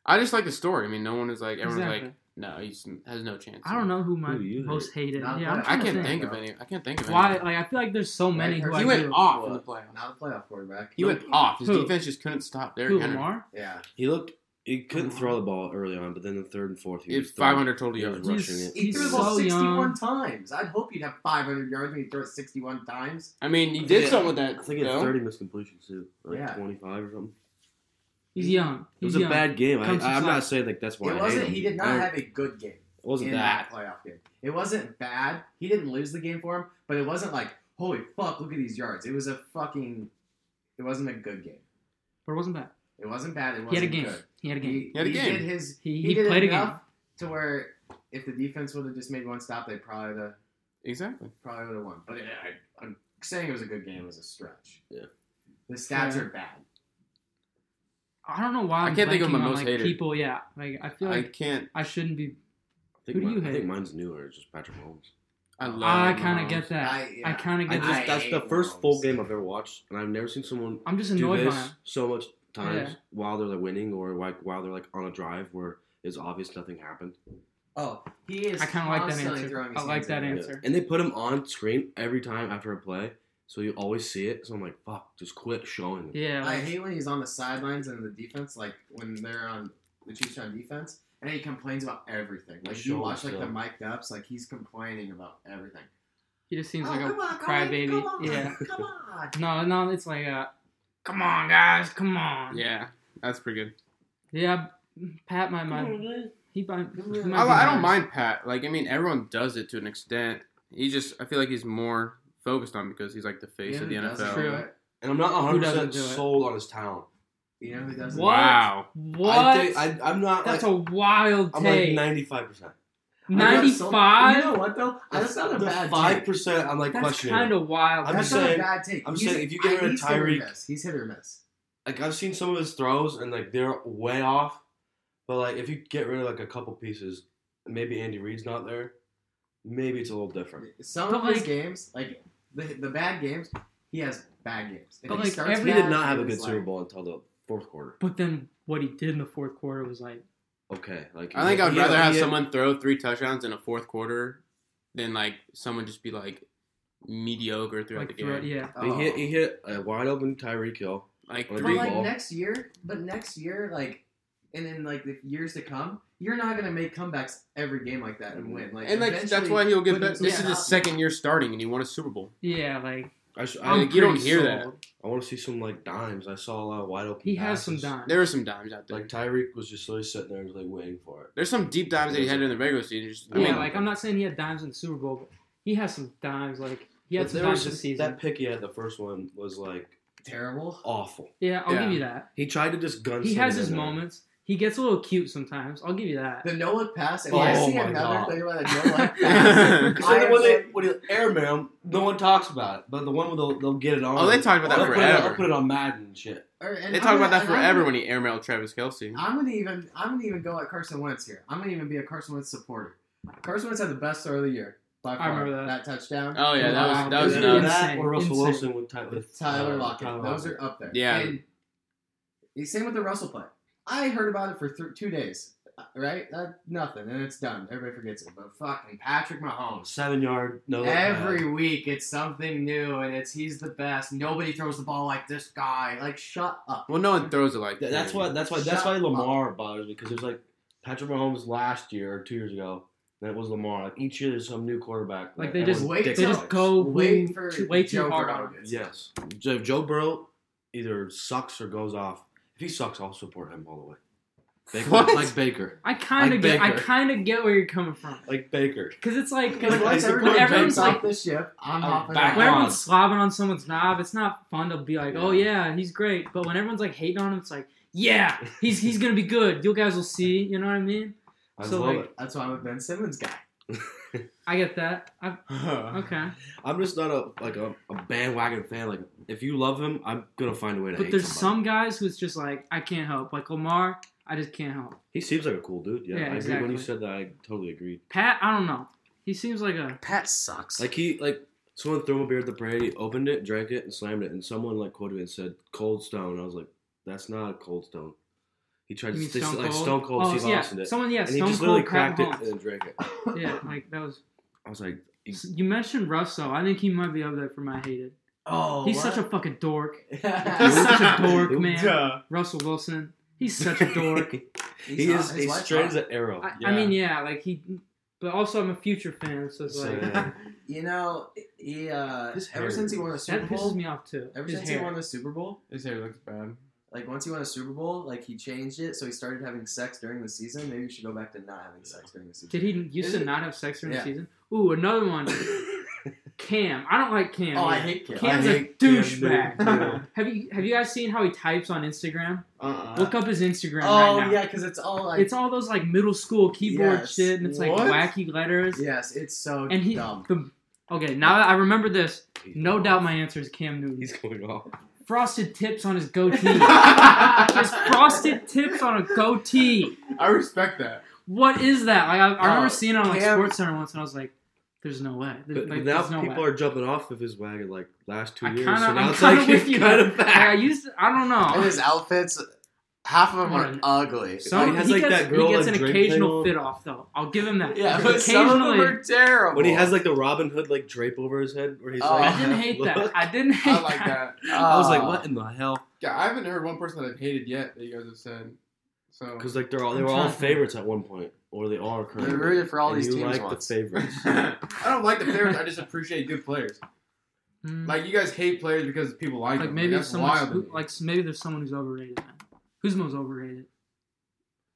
S2: I just like the story. I mean, no one is like everyone's
S1: Exactly.
S2: like, no, he has no chance.
S1: I don't know who my
S3: Who you
S1: most hated.
S4: Not
S1: Yeah, I'm
S4: that.
S2: I
S1: trying to
S2: can't
S1: think.
S2: think of any. I can't think of any.
S1: Why? Like I feel like there's so many who
S4: He
S1: I
S2: He
S1: do.
S2: went off in the
S4: What?
S2: playoffs.
S4: Not a playoff quarterback.
S2: He went off. His
S1: Who?
S2: defense just couldn't stop Derrick
S1: Who
S2: Henry.
S1: Lamar?
S4: Yeah.
S3: He looked. He
S4: Mm-hmm.
S3: couldn't throw the ball early on, but then the third and fourth, he
S2: He had
S3: was throwing-
S2: 500 total
S3: he
S2: yards.
S3: was
S1: He's-
S3: rushing it.
S4: He threw the ball
S1: so
S4: 61
S1: young.
S4: times. I'd hope you'd have 500 yards when you throw it 61 times.
S2: I mean, he
S3: I
S2: did
S3: think-
S2: something with that.
S3: I think he had
S2: though.
S3: 30 missed completions too, like
S4: Yeah.
S3: 25 or something.
S1: He's young.
S3: It was
S1: He's
S3: a
S1: young.
S3: bad game. I,
S1: uh, Comes to
S3: I'm
S1: slack.
S3: not saying like that's why
S4: it
S3: I hate
S4: wasn't.
S3: him.
S4: He did not
S3: I-
S4: have a good game.
S2: It wasn't
S5: in
S2: that.
S5: that. playoff game. It wasn't bad. He didn't lose the game for him, but it wasn't like, holy fuck, look at these yards. It was a fucking, it wasn't a good game.
S1: But it wasn't bad.
S5: It wasn't bad.
S1: He
S5: It
S1: had a
S5: wasn't
S1: game.
S5: good.
S1: He had a game.
S2: He had a game.
S5: did his.
S1: He-
S5: He,
S1: he
S5: did
S1: played a game.
S5: enough to where if the defense would have just made one stop, they probably would have
S2: Exactly.
S5: probably would have won. But it, I, I'm saying it was a good game was a stretch.
S3: Yeah.
S5: The stats
S1: Yeah.
S5: are bad.
S1: I don't know why
S2: I
S1: I'm
S2: can't think of
S1: blanking
S2: my
S1: on,
S2: most
S1: like,
S2: hated.
S1: people. Yeah, like I feel
S2: I
S1: like
S2: can't.
S1: I, shouldn't be.
S3: I
S1: Who
S3: think,
S1: do
S3: mi-
S1: you
S3: I think
S1: hate?
S3: mine's newer. It's just Patrick Mahomes.
S2: I love.
S1: I kind of
S2: Mahomes.
S1: get that. I,
S5: I, yeah.
S1: kind of
S3: I
S1: get.
S3: just
S1: that.
S3: that's
S5: hate
S3: the first
S5: Mahomes.
S3: full game I've ever watched, and I've never seen someone
S1: I'm just
S3: do
S1: annoyed by
S3: this
S1: him.
S3: so much times
S1: Yeah.
S3: while they're like winning or like while they're like on a drive where it's obvious nothing happened.
S5: Oh, he is.
S1: I kind of like that
S5: constantly
S1: answer.
S5: throwing his
S1: I like
S5: hands
S1: that
S5: in the air.
S1: answer.
S3: And they put him on screen every time after a play, so you always see it. So I'm like, fuck, just quit showing him.
S1: Yeah,
S5: I
S1: like,
S5: hate when he's on the sidelines and the defense, like when they're on the Chiefs are on defense, and he complains about everything. Like
S3: Sure,
S5: you watch like
S3: sure.
S5: the mic'd ups, like he's complaining about everything.
S1: he just seems
S5: Oh,
S1: like a
S5: come on, come on,
S1: crybaby.
S5: Come on,
S1: Yeah.
S5: come on.
S1: No, no, it's like, uh, come on, guys, come on.
S2: Yeah, that's pretty good.
S1: Yeah, Pat might mind. He might. he
S5: I
S1: might
S2: I,
S1: be
S2: li- I don't
S1: biased.
S2: mind Pat. Like I mean, everyone does it to an extent. He just I feel like he's more focused on because he's like the face
S5: You
S2: of the
S5: know who doesn't
S2: NFL.
S1: True.
S5: do it?
S3: And I'm not 100
S1: doesn't
S3: percent
S1: do it?
S3: sold on his talent.
S5: You know who doesn't?
S1: What?
S2: Wow.
S1: What?
S3: I think, I, I'm not.
S1: That's
S3: like,
S1: a wild
S3: I'm like
S1: take.
S3: 95 percent.
S1: Ninety-five.
S5: You know what though? That's not a bad
S3: Five
S5: take.
S3: percent. I'm like
S1: That's
S3: questioning.
S1: kind of wild.
S3: I'm
S5: That's
S3: just
S5: not
S3: saying-
S5: a bad take.
S3: I'm
S5: He's-
S3: saying if you get
S5: I-
S3: rid of
S5: he's hit or
S3: Tyreek-
S5: miss. he's hit or miss.
S3: like I've seen some of his throws and like they're way off, but like if you get rid of like a couple pieces, maybe Andy Reid's not there, maybe it's a little different.
S5: Some
S1: But,
S5: of his
S1: like-
S5: games, like the, the bad games, he has bad games. If
S1: But,
S5: he
S1: like,
S5: starts
S1: every-
S3: He
S5: bad,
S3: did not have a
S5: it's
S3: good
S5: like-
S3: Super Bowl until the fourth quarter.
S1: but then what he did in the fourth quarter was like,
S3: Okay, like
S2: I think I'd
S3: he-
S2: rather
S3: he
S2: have
S3: had-
S2: someone throw three touchdowns in a fourth quarter than like someone just be like mediocre throughout
S1: like
S2: the game.
S1: throw- yeah.
S3: He hit,
S1: Oh.
S3: he hit a wide open Tyreek Hill.
S2: Like
S3: But,
S5: oh. But
S2: three.
S5: like
S3: ball.
S5: next year, but next year, like, and in like the years to come, you're not gonna make comebacks every game like that and win. Like,
S2: and like that's
S5: eventually,
S2: why he'll get
S5: when
S2: better.
S5: it's
S2: This is
S5: not-
S2: his second year starting, and he won a Super Bowl.
S1: Yeah, like
S3: I, sh- I,
S1: I'm
S2: Like, you don't
S1: pretty
S2: hear that.
S1: sold.
S3: I want to see some like dimes. I saw a lot of wide open.
S1: He has some
S3: passes.
S1: dimes.
S2: There were some dimes out there.
S3: Like Tyreek was just literally sitting there, like waiting for it.
S2: There's some deep dives that he had in the regular season. Just, I
S1: yeah,
S2: mean,
S1: like I'm not saying he had dimes in the Super Bowl, but he has some dimes. Like he had
S3: But
S1: some
S3: there was
S1: dimes this
S3: just-
S1: season.
S3: That pick he had the first one was like
S5: terrible.
S3: awful.
S1: yeah, I'll
S2: Yeah.
S1: give you that.
S3: He tried to just gun.
S1: He
S3: someone
S1: has his
S3: in there.
S1: moments. He gets a little cute sometimes. I'll give you that.
S5: The no look pass. If
S3: Oh
S5: I see
S3: my
S5: another
S3: God.
S5: thing
S2: (laughs)
S5: about a no look pass,
S3: So then
S5: I
S3: when
S5: am
S3: they
S5: like-
S3: when they airmail, no one talks about it. But the one where they'll, they'll get it on.
S2: oh, they talked about
S3: they'll
S2: that
S3: put it, they'll put
S2: forever.
S3: it on Madden and shit.
S5: or- and
S2: They
S5: I'm
S2: talked about
S5: gonna-
S2: that
S5: and I'm
S2: forever
S5: gonna-
S2: when he airmailed Travis Kelsey.
S5: I'm gonna even I'm gonna even go at Carson Wentz here. I'm gonna even be a Carson Wentz supporter. Carson Wentz had the best throw of the year by far.
S1: remember that.
S5: touchdown.
S2: Oh yeah, that was that was
S1: Isn't
S3: Either
S1: nuts.
S2: enough.
S3: that or Russell
S1: Insane.
S3: Wilson with Ty- with
S5: Tyler
S3: uh,
S5: Lockett.
S3: Tyler
S5: Those
S3: Lockett.
S5: are up there.
S2: Yeah.
S5: And the same with the Russell play. I heard about it for th- two days, uh, right? That, nothing, and it's done. Everybody forgets it. But fucking Patrick Mahomes.
S3: seven yard no. look
S5: Every
S3: pass.
S5: week it's something new, and it's he's the best. Nobody throws the ball like this guy. Like shut up.
S2: Well, no one throws it like
S3: Th-
S2: that.
S3: that's why that's why that's
S5: Shut
S3: why
S5: up.
S3: Lamar bothers me because there's like Patrick Mahomes last year or two years ago. And it was Lamar. Like each year, there's some new quarterback.
S1: Like,
S3: that
S1: they just-
S3: everyone
S5: Wait
S1: They
S3: dicks
S5: till-
S1: just
S3: likes.
S1: go way,
S5: Wait
S1: too-
S5: for
S1: way too
S5: Joe
S1: hard
S5: Burrow
S1: on it.
S5: gets
S3: Yes. Joe, Joe Burrow either sucks or goes off. If he sucks, I'll support him all the way. Baker,
S2: What?
S3: Like Baker.
S1: I kind of
S3: Like
S1: get. I
S3: Baker.
S1: kind of get where you're coming from.
S3: Like Baker.
S1: Because it's like
S5: Because
S1: when,
S3: like,
S5: once
S3: I support
S5: everyone
S1: everyone's
S5: jumps
S1: like-
S5: off this ship, I'm
S3: I'm
S5: hopping
S3: back
S1: when
S5: on.
S1: everyone's slobbing on someone's knob, it's not fun to be like, oh yeah, he's great. But when everyone's like hating on him, it's like, yeah, he's he's gonna be good. You guys will see. You know what I mean?
S3: I
S1: So,
S3: love
S1: like-
S3: it.
S5: That's why I'm a Ben Simmons guy.
S1: I get that. I,
S3: (laughs)
S1: okay,
S3: I'm just not a like a, a bandwagon fan. Like if you love him, I'm gonna find a way to.
S1: but
S3: hate
S1: there's
S3: somebody.
S1: some guys who's just like, I can't help. Like Lamar, I just can't help.
S3: He seems like a cool dude. Yeah,
S1: Yeah,
S3: I agree. When
S1: exactly.
S3: you said that, I totally agreed.
S1: Pat, I don't know. He seems like a
S5: Pat
S3: (laughs)
S5: sucks.
S3: Like he like someone threw him a beer at the parade. He opened it, drank it, and slammed it. And someone like quoted me and said "Cold Stone." I was like, "That's not a Cold Stone." He
S1: you
S3: tried to
S1: mean
S3: they
S1: Stone
S3: said, like
S1: Cold.
S3: Stone Cold
S1: oh,
S3: Steve
S1: yeah,
S3: Austin did,
S1: someone, yeah,
S3: and he
S1: Stone
S3: just
S1: Cold
S3: literally
S1: Pat
S3: cracked it
S1: Mahomes.
S3: and then drank it.
S1: Yeah, like that was.
S3: I was like,
S1: You mentioned Russo. I think he might be up there for my hated.
S5: oh,
S1: he's
S5: what?
S1: such a fucking
S5: (laughs)
S1: dork. (laughs) He's
S5: He's
S1: such a dork,
S3: Duh.
S1: man. Russell Wilson. He's such a dork.
S3: (laughs) he
S5: hot.
S3: is
S5: His
S3: he's
S5: wife's
S3: straight
S5: hot.
S3: as an arrow.
S1: I, I
S2: Yeah.
S1: mean, yeah, like he, but also I'm a future fan, so it's
S3: So,
S1: like
S3: yeah.
S5: (laughs) You know, he uh,
S3: His hair
S5: ever since he
S3: is-
S5: won the Super
S1: that
S5: Bowl,
S1: pisses me off too.
S5: ever
S1: His
S5: since he
S1: hair.
S5: won the Super Bowl,
S2: His hair looks bad.
S5: Like once he won a Super Bowl, like he changed it, so he started having sex during the season. Maybe you should go back to not having sex during the season.
S1: Did he used
S5: Is
S1: to
S5: it-
S1: not have sex during
S5: Yeah.
S1: the season? Ooh, another
S5: (laughs)
S1: one. Cam. I don't like Cam.
S5: Oh, I
S1: either.
S5: hate Cam.
S1: Cam's
S3: I
S1: a
S3: hate Cam, dude,
S5: (laughs)
S1: douchebag.
S3: too.
S1: have you have you guys seen how he types on Instagram?
S2: Uh-uh.
S1: Look up his Instagram
S5: Uh, Oh
S1: right now.
S5: yeah, because it's all like
S1: it's all those like middle school keyboard
S5: Yes.
S1: shit, and it's like
S2: What?
S1: wacky letters.
S5: yes, it's so
S1: And he, (laughs)
S5: dumb.
S1: the, okay, now that I remember this, no doubt my answer is Cam Newton.
S3: He's going off.
S1: Frosted tips on his
S5: (laughs)
S1: goatee. Just
S2: I
S1: frosted tips on a goatee.
S2: respect that.
S1: What is that? Like I, I remember
S5: Oh,
S1: seeing it on like
S5: Cam-
S1: Sports Center once, and I was like, "There's no way." There's,
S3: But
S1: like,
S3: now
S1: there's no
S3: people
S1: way.
S3: are jumping off of his wagon like last two
S1: I
S3: years.
S1: kinda-
S3: so now
S1: I'm
S3: it's
S1: kinda
S3: like (laughs)
S1: with
S3: he's
S1: you.
S3: kind of
S1: Like, I
S3: back.
S1: used, to- I don't
S5: and
S1: know.
S5: his outfits, half of them are
S1: Come
S5: ugly.
S1: Some,
S3: He has,
S1: he
S3: like,
S1: gets,
S3: that girl
S1: he gets
S3: that
S1: an
S3: Drake
S1: occasional
S3: played
S1: fit off though. I'll give him that.
S5: (laughs) yeah, but some of them
S1: occasionally.
S5: are terrible.
S3: When he has like the Robin Hood like drape over his head, where he's
S5: Oh,
S3: like,
S1: I
S5: (laughs)
S1: didn't hate that.
S3: Look.
S1: I didn't hate
S2: I like that.
S3: I was like,
S5: Ah.
S3: what in the hell?
S2: Yeah, I haven't heard one person that I've hated yet that you guys have said. So (laughs)
S3: Because like they're all they
S1: Oh. I'm
S3: were all
S1: trying to think.
S3: favorites at one point, or they are currently.
S5: You rooted for all
S3: And
S5: these
S3: you
S5: teams
S3: like
S5: once.
S3: the
S5: (laughs)
S3: favorites.
S2: I don't like the favorites. I just appreciate good players.
S1: (laughs) Mm.
S2: Like you guys hate players because people like,
S1: Like
S2: them.
S1: maybe
S2: that's
S1: someone
S2: wild.
S1: who, like s- maybe there's someone who's overrated. Man. Who's most overrated?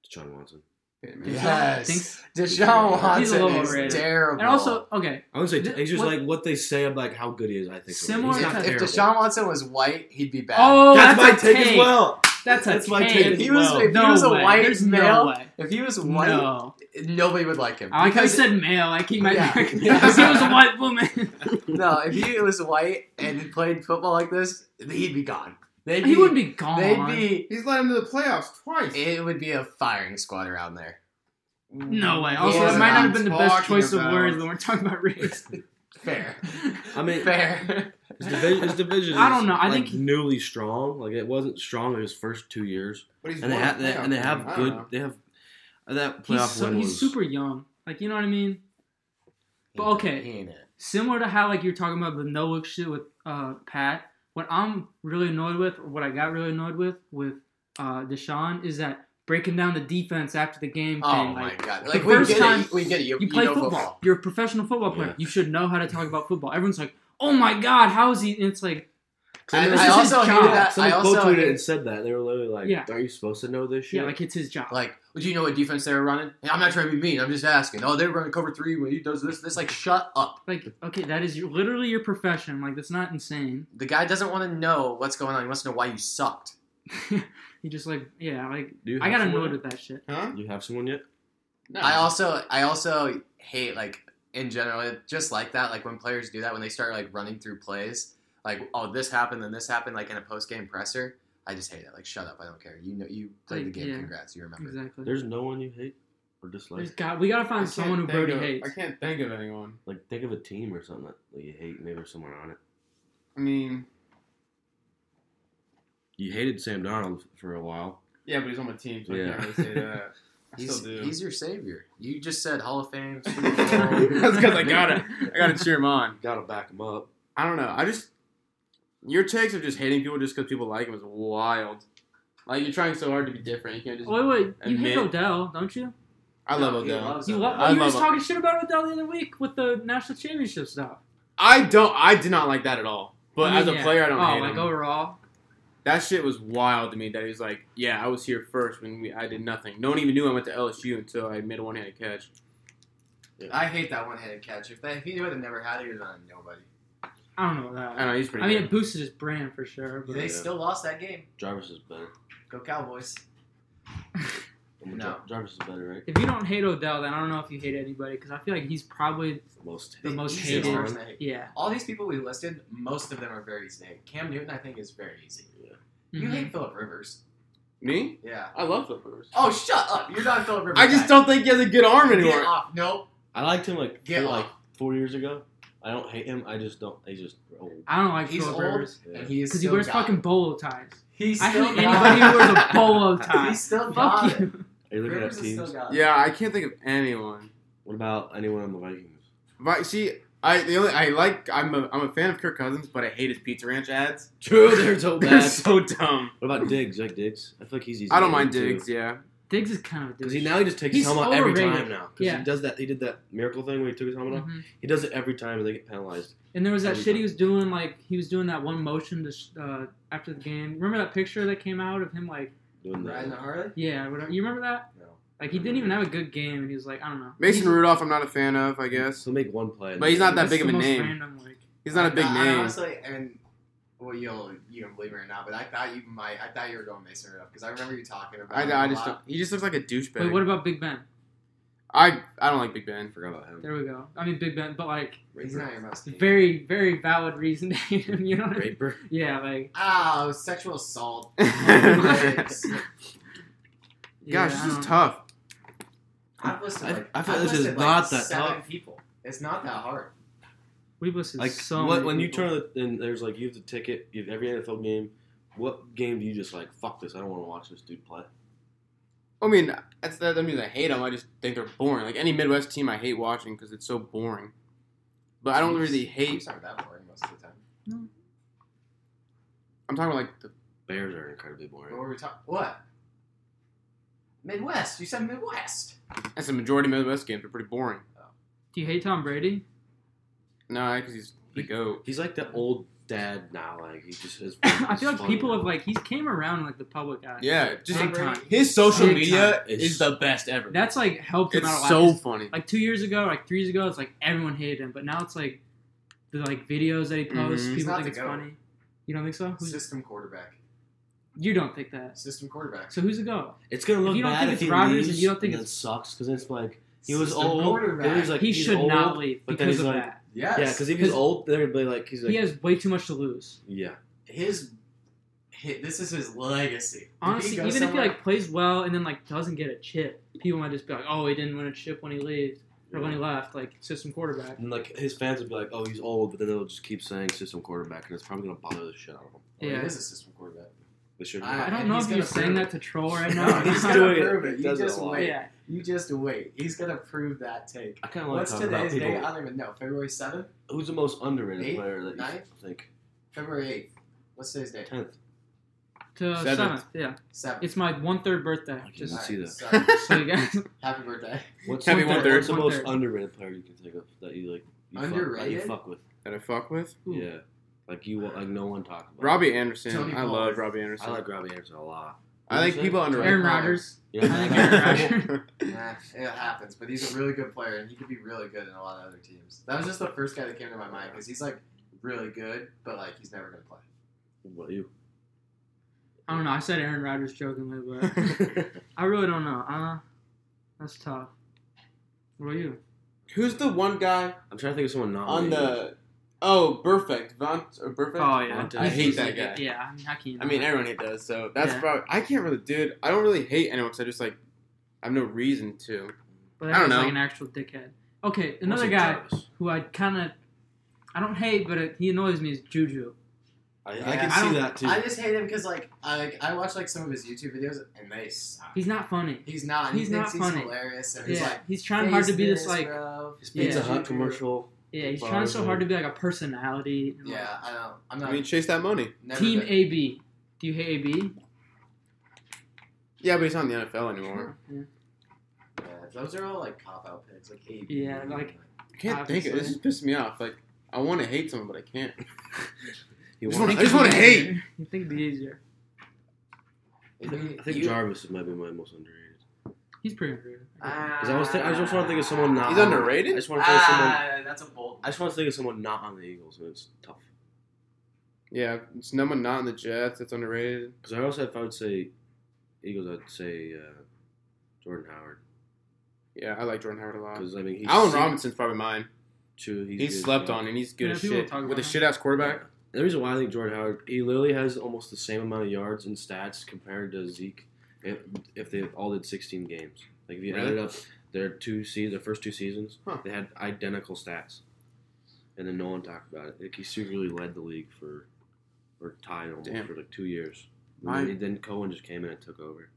S3: John Watson.
S2: Yeah, man.
S5: yes,
S1: Thinks-
S5: Deshaun
S1: He's a
S5: Watson
S1: little
S5: is
S1: overrated.
S5: terrible.
S1: And also, okay,
S3: I would say
S1: Th-
S3: it's just
S1: what-
S3: like what they say of like how good he is. I think
S1: Similar
S3: he's not
S5: if, if
S3: terrible.
S5: Deshaun Watson was white, he'd be bad.
S1: Oh,
S3: that's,
S1: that's,
S3: my
S1: a
S3: take as well.
S1: That's a
S3: That's my
S1: take.
S3: take
S5: if
S3: as
S5: he was,
S3: well.
S5: if
S1: no
S5: he was a
S1: way.
S5: white
S1: There's
S5: male,
S1: no way.
S5: if he was white,
S1: No.
S5: nobody would like him.
S1: I like how you
S5: Because-
S1: said male. I keep my
S5: Yeah.
S1: because he was a white woman.
S5: no, if he was white and he played football like this, he'd be gone. They'd be,
S1: he wouldn't be gone.
S5: They'd be.
S2: He's led him to the playoffs twice. Mm.
S5: It would be a firing squad around there.
S1: no way. Also,
S5: Yeah,
S1: it might not
S5: I'm
S1: have been the best
S2: talking
S1: choice
S2: about-
S1: of words when we're talking about race.
S5: Fair,
S3: I mean,
S5: (laughs) fair.
S3: his division, his
S1: (laughs)
S3: division
S1: I
S3: is,
S1: don't know. I
S3: like,
S1: think he-
S3: newly strong. Like it wasn't strong in his first two years,
S2: But he's
S3: and they
S2: won a
S3: have they, and
S2: playoff
S3: they
S2: game.
S3: have
S2: I don't
S3: good.
S2: know.
S3: They have uh, that playoff
S1: he's, so,
S3: win
S1: he's
S3: was-
S1: super young. Like you know what I mean? But okay.
S5: He ain't it.
S1: Similar to how like you're talking about the no look shit with uh, Pat. What I'm really annoyed with, or what I got really annoyed with with uh, Deshaun, is that breaking down the defense after the game
S5: Oh
S1: thing.
S5: my
S1: like,
S5: god!
S1: the
S5: Like we
S1: first
S5: get
S1: time
S5: it. We get it. You,
S1: you play
S5: know
S1: football. You're a professional football player.
S3: Yeah.
S1: You should know how to talk about football. Everyone's like, "Oh my god, how is he?" And it's like,
S5: I,
S1: This is
S5: I
S1: his
S5: also
S1: job.
S5: hated that. I
S3: Someone quote
S5: also
S3: tweeted it
S5: hated,
S3: and said that they were literally like,
S1: Yeah.
S3: "Are you supposed to know this shit?"
S1: yeah, like it's his job.
S5: like, do you know what defense they were running? I'm not trying to be mean. I'm just asking. Oh, they were running cover three when he does this. This like, shut up.
S1: Like, okay, that is your, literally your profession. Like, that's not insane. (laughs)
S5: The guy doesn't want to know what's going on. He wants to know why you sucked.
S1: he just like, yeah, like
S3: Do you
S1: I
S3: have
S1: got
S3: someone
S1: annoyed
S3: yet?
S1: with that shit.
S2: Huh?
S3: You have someone yet?
S2: No.
S5: I also I also hate like in general it- just like that like when players do that when they start like running through plays like oh this happened then this happened like in a post game presser I just hate it like shut up I don't care you know you played the
S1: Like,
S5: game
S1: yeah.
S5: congrats you remember
S1: Exactly.
S3: There's no one you hate or
S1: There's
S3: dislike.
S1: got we gotta
S2: I
S1: find
S2: can't
S1: someone who
S2: think
S1: Brody
S2: of-
S1: hates.
S2: I can't think of anyone.
S3: Like think of a team or something that that you hate. Maybe there's someone on it.
S2: I mean,
S3: You hated Sam Donald for a while.
S2: yeah, but he's on my team, so I
S3: Yeah.
S2: can't really say that.
S3: (laughs)
S2: I
S5: he's,
S2: still do.
S5: he's your savior you just said Hall of
S2: (laughs)
S5: Fame Super Bowl.
S2: That's because I got it.
S1: (laughs)
S2: I got to cheer him on.
S3: Gotta back him up.
S2: I don't know. I just your takes of just hating people just because people like him is wild. Like you're trying so hard to be different. You can't just.
S1: Wait, wait, you hate
S2: Admit-
S1: Odell, don't you?
S2: I love
S4: He
S2: Odell.
S4: loves
S1: You
S4: him.
S1: love.
S2: I
S1: you were
S2: love
S1: just talking shit about Odell the other week with the national championship stuff.
S2: I don't. I did not like that at all. But
S1: I mean,
S2: as a
S1: yeah.
S2: player, I don't
S1: Oh,
S2: hate
S1: like
S2: him.
S1: overall,
S2: That shit was wild to me. That he was like, "Yeah, I was here first when we, I did nothing. No one even knew I went to LSU until I made a one-handed catch."
S5: I hate that one handed catch if, that, if he would have never had it he would have been nobody
S1: I don't know that.
S2: I don't know. He's pretty.
S1: I mean,
S2: good.
S1: it boosted his brand for sure. But
S5: they
S3: Yeah.
S5: still lost that game
S3: Jarvis is better.
S5: go Cowboys
S3: I'm-
S5: No.
S3: Jarvis is better, right?
S1: if you don't hate Odell, then I don't know if you hate anybody because I feel like he's probably
S3: Most.
S1: The most
S5: Easiest
S3: hated.
S5: person to hate.
S1: yeah.
S5: all these people we listed most of them are very easy to hate. Cam Newton I think is very easy you
S1: Mhm.
S5: hate Philip Rivers
S2: me,
S5: yeah.
S2: I love Philip Rivers.
S5: Oh, shut up! You're not Philip Rivers.
S2: I just
S5: guy.
S2: don't think he has a good arm
S5: Get
S2: anymore.
S5: off. Nope.
S3: I liked him like
S5: Get
S3: four,
S5: off.
S3: like four years ago. I don't hate him. I just don't. He's just old.
S1: I don't like
S5: He's
S1: Philip
S5: old
S1: Rivers
S5: And he is
S1: because he
S5: still
S1: wears
S5: got
S1: fucking
S5: it.
S1: bolo ties.
S5: He's
S1: I hate
S5: still got
S1: anybody
S5: it.
S1: who wears a polo tie.
S5: (laughs) He's still
S1: (laughs) Fuck
S5: got it.
S1: you.
S3: Are you looking
S5: Rivers
S3: at
S5: is still
S3: teams?
S5: got it.
S2: Yeah, I can't think of anyone.
S3: What about anyone on
S2: (laughs)
S3: the Vikings?
S2: But see, I the only I like I'm a I'm a fan of Kirk Cousins, but I hate his Pizza Ranch ads.
S3: True, they're so
S2: (laughs)
S3: (laughs)
S2: They're so dumb.
S3: What about Diggs? You Like Diggs? I feel like he's easy.
S2: I
S3: to
S2: don't mind
S3: hate, too.
S2: Diggs. Yeah,
S1: Diggs is kind of a
S3: Because
S1: douche.
S3: he now he just takes
S1: He's
S3: his helmet every
S1: overrated.
S3: time now. Because
S1: Yeah.
S3: he does that. He did that miracle thing where he took his helmet off.
S5: Mm-hmm.
S1: Mhm.
S3: He does it every time, and they get penalized.
S1: And there was that
S3: Every
S1: shit he
S3: time.
S1: was doing, like he was doing that one motion to sh- uh, after the game. Remember that picture that came out of him, like
S3: Doing
S4: Riding the
S3: that.
S4: Harley?
S1: yeah, whatever. You remember that?
S4: No.
S1: Like he didn't even have a good game, and he was like, I don't know.
S2: Mason Rudolph, I'm not a fan of. I guess
S3: He'll make one play. and
S2: But he's not that
S1: That's
S2: big of
S1: the
S2: a
S1: most
S2: name.
S1: Random, like,
S2: he's not a big
S5: I, I
S2: name.
S5: honestly, and well, you'll you can believe me or not, but I thought you might. I thought you were going Mason Rudolph because I remember you talking about.
S2: I,
S5: him
S2: I
S5: a
S2: just
S5: lot.
S2: don't, he just looks like a douchebag.
S1: wait, what about Big Ben?
S2: I I don't like Big Ben.
S3: I forgot about him.
S1: There we go. I mean Big Ben, but like
S5: He's not your most. hated.
S1: very, very valid reason to hate
S3: (laughs)
S1: him. (laughs) You know? What I mean?
S3: Raper.
S1: Yeah, like
S5: Oh, sexual assault.
S2: (laughs) Gosh,
S5: (laughs)
S1: yeah, I
S2: this
S1: don't-
S2: is tough.
S5: I've listed
S3: I-
S5: like
S3: I feel
S5: I've
S3: this is
S5: listed,
S3: not
S5: like
S3: that
S5: seven
S3: tough.
S5: people. It's not that hard.
S1: We've listened
S3: Like
S1: so.
S3: what,
S1: many
S3: when you
S1: people.
S3: turn it, and there's like you have the ticket, you have every NFL game. What game do you just like? Fuck this! I don't want to watch this dude play.
S2: I mean, that's that doesn't mean I hate them. I just think they're boring. Like any Midwest team, I hate watching because it's so boring. But I don't really hate.
S5: Games aren't that boring most of the time.
S2: I'm talking about like the
S3: Bears are incredibly
S5: What
S3: boring.
S5: were we talking? What? Midwest. You said Midwest.
S2: that's the majority of Midwest games are pretty boring.
S1: Do you hate Tom Brady?
S2: No, because he's the goat.
S3: He's like the old dad now. Like he
S1: (laughs)
S3: just is.
S1: I feel like
S3: funny
S1: people
S3: now.
S1: have like he's came around like the public eye.
S2: Yeah, just
S1: Big time.
S2: his social
S1: Big
S2: media
S3: time.
S2: is the best ever.
S1: That's like helped him out a
S2: it's
S1: lot.
S2: so funny.
S1: like two years ago, like three years ago, it's like everyone hated him, but now it's like the like videos that he posts,
S2: Mhm. He's
S1: people
S5: not
S1: think it's
S5: the goat.
S1: funny. You don't think so? Who's-
S5: System quarterback.
S1: you don't think that.
S5: System quarterback.
S1: So who's the goat?
S3: It's gonna
S1: If
S3: look
S1: you don't
S3: bad
S1: think
S3: if
S1: it's
S3: he
S1: Rodgers
S3: leaves
S1: and you don't think
S3: and it
S1: it's-
S3: sucks because it's like he was
S5: System
S3: old.
S5: quarterback.
S3: then he's like
S1: he
S3: he's
S1: should
S3: old,
S1: not leave
S3: but then he's
S1: because of
S3: like,
S1: that.
S5: yes.
S3: Yeah, because if he's
S1: 'Cause-
S3: old, they're gonna be like he's like
S1: he has way too much to lose.
S3: yeah.
S5: his, hi this is his legacy.
S1: Honestly,
S5: go
S1: even if he
S5: somewhere-
S1: like plays well and then like doesn't get a chip, people might just be like, "Oh, he didn't win a chip when he leaves or when he left." Like system quarterback.
S3: And like his fans would be like, "Oh, he's old," but then they'll just keep saying system quarterback, and it's probably gonna bother the shit out of him.
S5: Well,
S1: Yeah.
S5: oh, he is a system quarterback.
S3: They should.
S5: I-
S1: I
S5: and
S1: don't know
S5: he's
S1: if
S5: gonna
S1: you're saying
S5: prove
S1: that to troll right
S3: (laughs)
S5: No,
S1: now.
S5: he's
S3: He's
S5: gonna
S3: doing it.
S5: prove it.
S3: He
S5: You
S3: does it
S5: just
S3: a lot.
S5: wait.
S1: yeah,
S5: You just wait. He's gonna prove that take.
S3: I kind of like
S5: What's
S3: talking about
S5: today's
S3: people.
S5: date? I don't even know. February seventh,
S3: Who's the most underrated
S5: Eighth?
S3: player that you
S5: Ninth?
S3: think?
S5: February eighth. What's today's date?
S3: Tenth.
S1: to
S2: Seventh.
S1: seventh. Yeah,
S5: Seventh.
S1: it's my one third birthday.
S3: I
S1: Just
S3: didn't see that.
S2: (laughs)
S5: Sorry.
S1: uh, so you guys.
S5: Happy
S3: (laughs)
S5: birthday.
S3: What's,
S2: Happy
S3: what's the-
S2: one-third.
S3: what's the most
S1: One-third.
S3: underrated player you can think of that you like? You fuck- that
S5: Underrated?
S3: you fuck with.
S2: That I fuck with
S1: Ooh.
S3: Yeah. Like you, like no one talks about.
S2: Robbie Anderson.
S5: Tony
S2: I
S5: Pollard.
S2: love Robbie Anderson.
S3: I like Robbie Anderson a lot.
S2: I think people underrate.
S1: Aaron Rodgers.
S3: Yeah.
S1: I think Aaron Rodgers-
S2: (laughs)
S5: Nah, it happens. But he's a really good player, and he could be really good in a lot of other teams. That was just the first guy that came to my mind because he's like really good, but like he's never gonna play.
S3: (laughs)
S2: (laughs)
S3: What you?
S1: I don't know. I said Aaron Rodgers jokingly, but I really don't know. Uh, that's tough. What about you?
S2: Who's the one guy
S3: I'm trying to think of someone not
S2: on the? Oh, perfect. Vaunt or perfect.
S1: Oh yeah,
S3: I
S2: hate that guy.
S1: Yeah, I mean, I can't.
S2: I mean, everyone hate does. So that's
S1: Yeah.
S2: probably. I can't really, dude. I don't really hate anyone because I just like. I have no reason to.
S1: but
S2: I
S1: that was
S2: don't know.
S1: like an actual dickhead. Okay, another guy who I kind of, I don't hate, but it, he annoys me is Juju.
S3: I, I
S5: Yeah,
S3: can
S1: I don't-
S3: see that too.
S5: I just hate him because like I like I watch like some of his YouTube videos and they suck.
S1: He's not funny.
S5: He's not. and
S1: He's
S5: he
S1: not
S5: thinks he's
S1: funny.
S5: hilarious, and
S1: yeah,
S5: he's like
S1: he's trying hard to be
S5: "Face
S1: this like.
S5: bro."
S3: His Pizza
S1: Yeah.
S3: Hut commercial.
S1: Yeah, he's
S3: Well,
S1: trying
S3: I
S1: so
S3: mean-
S1: hard to be like a personality. and, like,
S5: Yeah, I know. I'm not.
S2: I mean, chase that money.
S5: never
S1: Team
S5: been-
S1: AB. Do you hate AB?
S2: Yeah, but he's not in the NFL anymore.
S1: Yeah.
S5: Yeah, those are all like cop out picks, like AB.
S1: Yeah, like-
S2: I can't think.
S1: Obviously.
S2: Of, it. this is pissing me off. Like I want to hate someone, but I can't.
S3: He
S2: Just
S3: won-
S2: wanna- I just wanna hate.
S1: You think it'd be easier?
S5: If you-
S3: I think
S5: you-
S3: Jarvis might be my most underrated.
S1: He's pretty underrated.
S5: (laughs) Ah.
S3: Because I was, thi- I just want to think of someone not.
S2: He's
S3: on-
S2: underrated?
S3: I just want to think of someone.
S5: Ah, that's a bold.
S3: I just want to think of someone not on the Eagles, and it's tough.
S2: Yeah, it's someone not in the Jets. That's underrated.
S3: Because I also, if I would say Eagles, I'd say uh, Jordan Howard.
S2: Yeah, I like Jordan Howard a lot.
S3: Because I mean, he's
S2: Alan
S3: sick,
S2: Robinson's probably mine.
S3: too. He's
S2: He
S3: good as
S2: slept
S3: well.
S2: on and he's good
S1: Yeah,
S2: as
S1: people
S2: shit
S1: talk
S2: with
S1: about
S2: a
S1: him.
S2: shit ass quarterback.
S3: The reason why I think Jordan Howard, he literally has almost the same amount of yards and stats compared to Zeke, if, if they all did 16 games. Like if you
S2: Really?
S3: added up their two se- their first two seasons,
S2: Huh.
S3: they had identical stats, and then no one talked about it. Like he secretly led the league for, or tied almost
S2: Damn.
S3: for like two years. And
S2: I-
S3: then, then Cohen just came in and took over.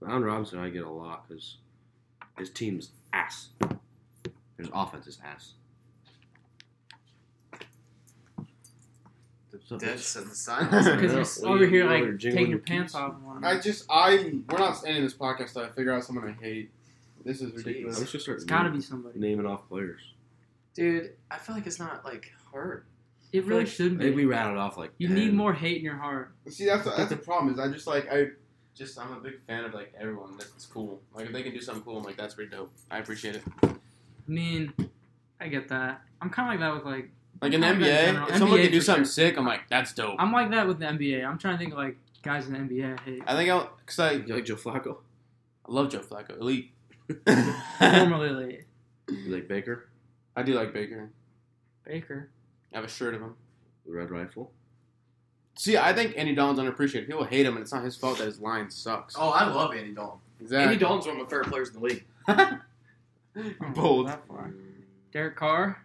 S3: But Allen Robinson, I get a lot because his team's ass. His offense is ass.
S5: The
S3: So
S5: Dead
S3: bitch.
S5: since
S1: (laughs)
S5: the sun.
S1: Because
S2: Yeah,
S1: you're s-
S3: well,
S1: over
S3: you-
S1: here
S3: you
S1: like
S3: were jiggling
S1: taking your
S3: your
S1: pants
S3: keys.
S1: off. and whatnot.
S2: I just I we're not ending this podcast till I figure out someone I hate. This is
S3: I
S2: ridiculous.
S3: wish I started
S1: It's gotta
S3: naming-
S1: be somebody.
S3: naming off players.
S5: Dude, I feel like it's not like hard.
S1: It really shouldn't
S3: I think we
S1: be.
S3: rattled off like
S1: You
S3: 10.
S1: need more hate in your heart.
S2: See, that's that's the problem. Is I just like I just I'm a big fan of like everyone. That's cool. Like if they can do something cool, I'm like that's pretty dope. I appreciate it.
S1: I mean, I get that. I'm kind of like that with like
S2: Like in the
S1: I'm in
S2: NBA,
S1: general.
S2: if someone
S1: NBA
S2: can do
S1: for
S2: something
S1: sure.
S2: sick, I'm like that's dope. i
S1: I'm like that with the NBA. I'm trying to think of like guys in the NBA I hate.
S2: think I'll because I,
S3: You (laughs) like Joe Flacco.
S2: I love Joe Flacco,
S1: (laughs)
S2: elite.
S1: (laughs)
S2: (laughs)
S1: Formerly late.
S3: You like Baker,
S2: I do like Baker.
S1: Baker.
S2: I have a shirt of him.
S3: the Red Rifle.
S2: See, I think Andy Dalton's underappreciated. People hate him, and it's not his fault that his line sucks.
S5: Oh, I love Andy Dalton. Andy
S2: exactly.
S5: Dalton's one of my favorite players in the league.
S1: (laughs) I don't know
S2: Bold.
S1: that far. Derek Carr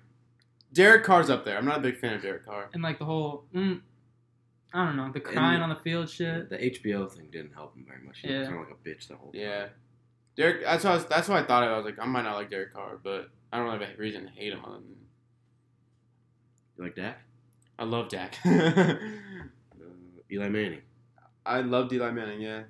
S2: Derek Carr's up there. I'm not a big fan of Derek Carr.
S1: and like the whole mm, I don't know the crying
S3: And-
S1: on the field shit.
S3: The HBO thing didn't help him very much. He
S1: Yeah.
S3: was kind of like a bitch the whole time.
S2: Yeah, Derek. That's what I was, that's what I thought. Of. I was like, I might not like Derek Carr, but I don't really have a reason to hate him. Other than
S3: You like Dak?
S2: I
S1: (laughs)
S2: love Dak.
S3: Uh, Eli Manning.
S2: I love Eli Manning. Yeah,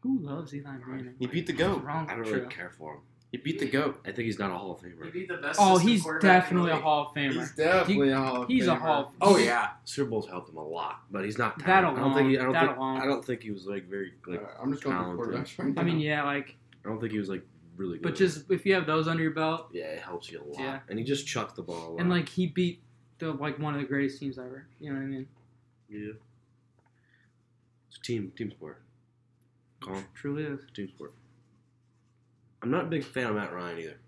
S1: Who loves Eli Manning?
S2: he beat the
S1: What's
S2: goat.
S1: wrong
S3: I don't
S1: with
S3: really
S1: you?
S3: care for him.
S2: He beat the goat.
S3: I think he's not a Hall of
S5: He
S3: Famer.
S5: beat the best.
S1: Oh,
S5: assistant
S1: he's
S5: quarterback in the
S1: definitely a
S5: league.
S1: Hall of Famer.
S2: definitely a Hall of
S1: He's a
S2: Famer.
S1: Hall. Of,
S5: Oh yeah.
S3: Super Bowls helped him a lot, but he's not.
S1: That
S3: talented. I don't think. He, I
S1: alone-
S3: don't
S1: that
S3: think.
S1: alone.
S3: I don't think he was like very. Like,
S2: Alright, I'm just going to
S3: talented.
S2: quarterbacks right now.
S1: I mean, yeah, like,
S3: I don't think he was like really good.
S1: but just if you have those under your belt,
S3: yeah, it helps you a lot.
S1: Yeah.
S3: And he just chucked the ball. A lot.
S1: and like he beat the like one of the greatest teams ever. You know what I mean?
S3: yeah, it's a team team sport. Calm
S1: Truly is.
S3: team sport. I'm not a big fan of Matt Ryan either.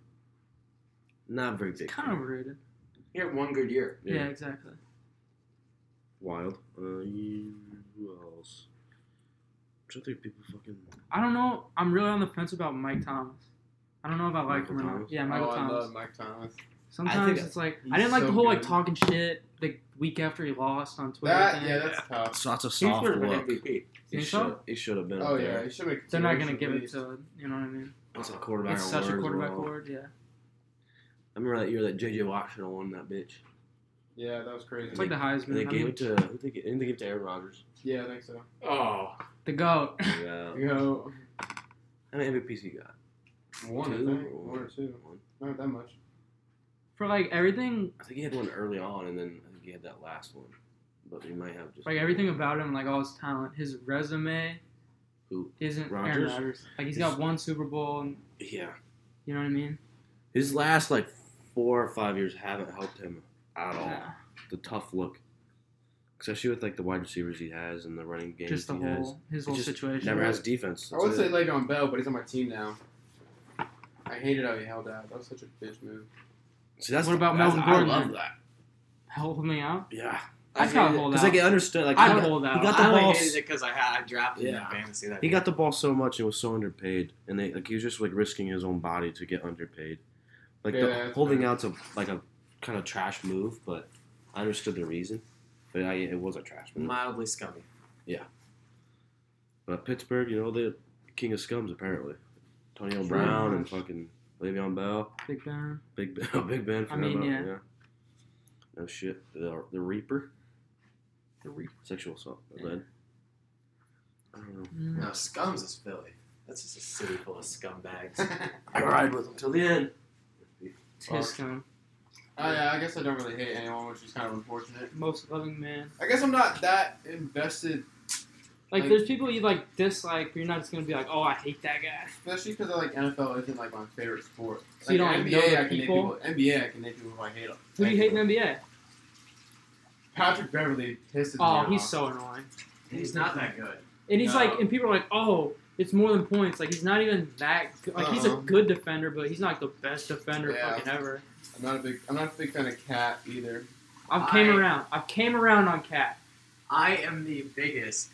S3: Not a very big.
S1: Kind
S3: fan.
S1: of overrated.
S5: He had one good year.
S1: Yeah, exactly.
S3: Wild. Uh, you, who else? I'm trying to think people fucking.
S1: I don't know. I'm really on the fence about Mike Thomas. I don't know about like
S3: Michael
S1: him or not.
S3: Thomas?
S1: Yeah, Michael
S2: oh,
S1: Thomas.
S2: I love Mike Thomas.
S1: Sometimes
S3: I-
S1: it's like
S2: he's
S1: I didn't like the
S2: so
S1: whole like
S2: good.
S1: talking shit like week after he lost on Twitter.
S2: That
S1: thing.
S2: yeah, that's tough.
S3: So that's a
S5: He
S3: soft
S5: should've been
S3: look.
S5: MVP.
S1: Think
S3: It should. It should have been.
S2: Oh
S3: up
S2: yeah,
S3: there.
S2: he should make.
S1: They're not gonna
S2: consideration
S1: give
S2: at
S1: it
S2: least.
S1: to you know what I mean.
S3: That's a quarterback.
S1: It's such a
S3: award as
S1: quarterback
S3: well.
S1: award. Yeah,
S3: I remember that year that JJ Watt should have won that bitch.
S2: Yeah, that was crazy.
S1: it's like the
S3: And they
S1: Heisman. I
S3: gave
S1: mean,
S3: it to who they gave, didn't they give it to
S1: (laughs)
S3: Aaron Rodgers?
S2: yeah, I think so.
S5: Oh,
S1: the goat. (laughs)
S3: Yeah.
S2: Yo,
S3: How many MVPs he got?
S2: one, I
S3: Two
S2: think.
S3: or
S2: one or two.
S3: One.
S2: Not that much.
S1: For like everything,
S3: I think he had one early on, and then I think he had that last one. But he might have just
S1: like everything about him, like all his talent, his resume
S3: Who?
S1: isn't Aaron
S3: Rodgers?
S1: Rodgers. Like he's
S3: He's-
S1: got one Super Bowl, and
S3: Yeah,
S1: you know what I mean.
S3: his last like four or five years haven't helped him at all.
S1: Yeah.
S3: The tough look, especially with like the wide receivers he has and the running game
S1: Just the
S3: he has.
S1: whole his
S3: He
S1: whole
S3: just
S1: situation.
S3: Never has defense.
S2: I
S3: That's
S2: would
S3: it.
S2: say Le'Veon Bell, but he's on my team now. I hated how he held out. That was such a
S1: (laughs)
S2: bitch move.
S3: See, that's
S1: What about
S3: that's-
S1: Melvin Gordon?
S3: I love that.
S1: Help me out.
S3: Yeah,
S1: I
S3: hate
S1: gotta
S3: it,
S1: hold
S3: 'cause,
S1: out.
S3: like I understood. Like
S1: I'd
S3: he got-
S1: hold out.
S3: He got
S5: I
S3: the
S5: only
S3: ball.
S5: hated it because I had I drafted him
S3: Yeah.
S5: in fantasy that
S3: He
S5: year.
S3: got the ball so much and was so underpaid, and they, like he was just like risking his own body to get underpaid. Like
S2: Yeah,
S3: the
S2: that's
S3: holding
S2: fair.
S3: out's a like a kind of trash move, but I understood the reason. But I, it was a trash move.
S5: mildly scummy.
S3: but Pittsburgh, you know, the king of scums apparently. Antonio
S1: Pretty
S3: Brown and
S1: much.
S3: fucking Le'Veon Bell,
S1: Big Ben.
S3: Big Ben, (laughs) Big Ben. forgot
S1: mean,
S3: about-
S1: yeah.
S3: No shit, the, the Reaper,
S1: The re-
S3: sexual assault.
S1: Yeah.
S3: Led. I don't know.
S5: No,
S1: Mm.
S5: scums is Philly. That's just a city full of scumbags.
S3: I ride with him till the end.
S1: It's his time.
S2: I, Oh, I guess I don't really hate anyone, which is kind of unfortunate.
S1: Most loving man.
S2: I guess I'm not that invested,
S1: Like,
S2: Like-
S1: there's people you like dislike, but you're not just gonna be like, oh, I hate that guy.
S2: especially because like NFL isn't like my favorite sport.
S1: So you
S2: Like,
S1: don't, like,
S2: NBA,
S1: know the
S2: I can hate
S1: people?
S2: people. NBA, I can hate people if I hate them.
S1: Who do you hate in the NBA?
S2: Patrick Beverly pisses me
S1: Oh, he's
S2: off.
S1: so annoying.
S5: (laughs) He's not that good.
S1: And he's
S2: No.
S1: like, and people are like, oh, it's more than points. Like he's not even that. Good. Like he's a
S2: Uh-huh.
S1: good defender, but he's not the best defender
S2: Yeah.
S1: fucking ever.
S2: I'm not a big. I'm not a big fan of Cat either.
S1: I've came
S5: I-
S1: around. I've came around on Cat.
S5: I am the biggest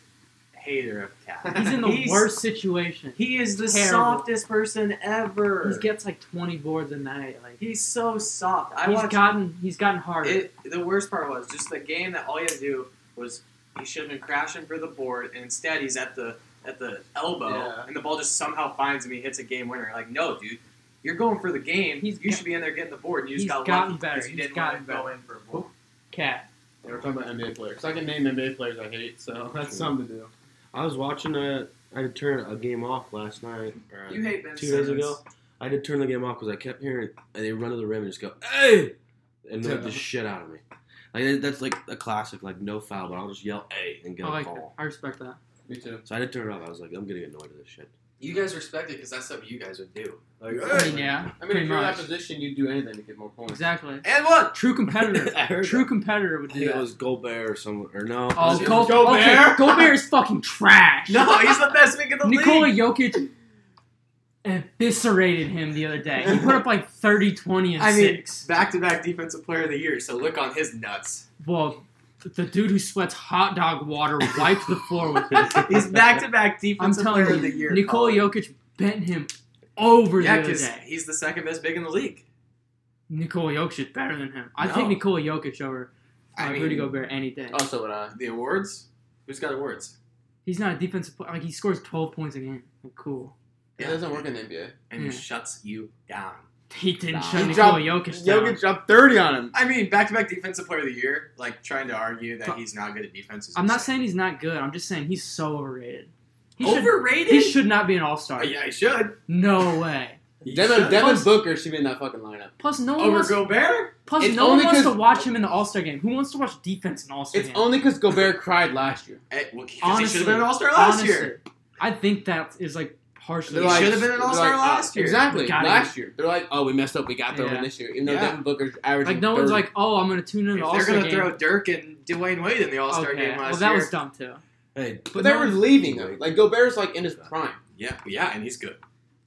S5: hater of Cat.
S1: He's in
S5: (laughs)
S1: the worst situation.
S5: He is the
S1: Terrible.
S5: softest person ever.
S1: He gets like 20 boards a night. Like
S5: He's so soft. I
S1: he's
S5: watched
S1: gotten he's gotten harder.
S5: it. The worst part was just the game that all you had to do was he should have been crashing for the board, and instead he's at the at the elbow,
S2: Yeah.
S5: and the ball just somehow finds him. He hits a game winner. Like, no, dude, you're going for the game.
S1: He's
S5: you
S1: got-
S5: should be in there getting the board. And you just
S1: he's
S5: got
S1: gotten
S5: lucky
S1: better.
S5: because you
S1: He's
S5: didn't
S1: gotten
S5: want to go in for a board.
S1: Cat.
S2: Yeah, we're talking about NBA players. I can name NBA players I hate, so (laughs) that's something to do.
S3: I was watching a. I had to turn a game off last night. Or
S4: You hate Ben
S3: two
S4: Simmons.
S3: days ago. I did turn the game off because I kept hearing and they run to the rim and just go, "Hey!" and knock the shit out of me. Like that- that's like a classic, like no foul, but I'll just yell "Hey!" and get
S1: I
S3: a
S1: like that.
S3: ball.
S1: I respect that.
S2: Me too.
S3: So I did turn it off. I was like, I'm getting annoyed at this shit.
S5: You guys respect it because that's stuff you guys would do.
S3: Like,
S1: I mean, yeah,
S2: I mean,
S1: pretty
S2: if you're in
S1: much.
S2: that position, you do anything to get more points.
S1: Exactly.
S3: And what?
S1: True
S5: (laughs)
S1: competitor.
S3: I heard
S1: True
S3: that.
S1: competitor would
S3: I
S1: do
S3: think it
S1: that.
S3: was Gobert or someone or no.
S1: oh,
S3: it was-
S1: Go-
S2: Gobert?
S1: Okay, Gobert is fucking trash.
S5: (laughs) No, he's the best pick in the
S1: Nikola
S5: league.
S1: Jokic eviscerated him the other day. He put up like 30, 20, and
S5: I mean,
S1: 6.
S5: Back-to-back defensive player of the year. So look on
S1: (laughs)
S5: his nuts.
S1: Well, the dude who sweats hot dog water wiped the floor with him.
S5: He's back-to-back
S1: I'm
S5: defensive player of
S1: telling
S5: the
S1: you,
S5: year.
S1: Nikola
S5: Colin.
S1: Jokic bent him over
S5: Yeah,
S1: the other
S5: because
S1: day.
S5: he's the second best big in the league.
S1: Nikola Jokic is better than him. I
S5: No.
S1: take Nikola Jokic over uh,
S5: I mean, oh.
S1: Rudy Gobert any day.
S2: Also, what I.
S5: the awards. Who's got awards?
S1: He's not a defensive player. Like, he scores 12 points a game. Like, cool. (laughs)
S2: It doesn't work in the NBA.
S5: And he
S1: Yeah.
S5: shuts you down.
S1: He didn't
S5: Nah.
S1: shut
S5: He
S1: Nikola Jokic down.
S2: Jokic dropped 30 on him.
S5: I mean, back-to-back defensive player of the year. Like trying to argue that he's not good at defense. Is
S1: I'm not
S5: insane.
S1: saying he's not good. I'm just saying he's so overrated. He should,
S5: overrated.
S1: he should not be an All
S5: Oh,
S1: Star.
S5: yeah, he should.
S1: No way.
S2: Devin, Devin
S1: Plus-
S2: Booker should be in that fucking lineup.
S1: Plus, no one
S5: Over
S1: wants,
S5: Gobert.
S1: plus,
S2: It's
S1: no one
S2: only
S1: wants to
S2: 'cause-
S1: watch him in the All Star game. Who wants to watch defense in All Star
S2: It's
S1: game?
S2: only because Gobert cried last year.
S5: Eh, well, 'cause he should
S1: Honestly,
S5: have been an All Star last
S1: Honestly,
S5: year.
S1: I think that is like partially.
S5: He
S2: They're like-
S5: should have been an
S2: they're
S5: All Star
S2: like, uh,
S5: last year.
S2: Exactly.
S1: We got
S2: Last year. They're like, oh, we messed up. We got to
S1: Yeah.
S2: win this year. Even though
S5: Yeah.
S2: Devin Booker's averaging
S1: like no one's
S2: 30.
S1: like, oh, I'm gonna tune in the
S5: If
S1: All
S5: they're
S1: Star
S5: gonna
S1: game.
S5: throw Dirk and Dwayne Wade in the All Star
S1: okay.
S5: game last
S1: well, that
S5: year.
S1: was dumb too.
S3: Hey,
S2: But they were leaving though. Like Gobert's like in his prime.
S5: yeah, yeah, and he's good.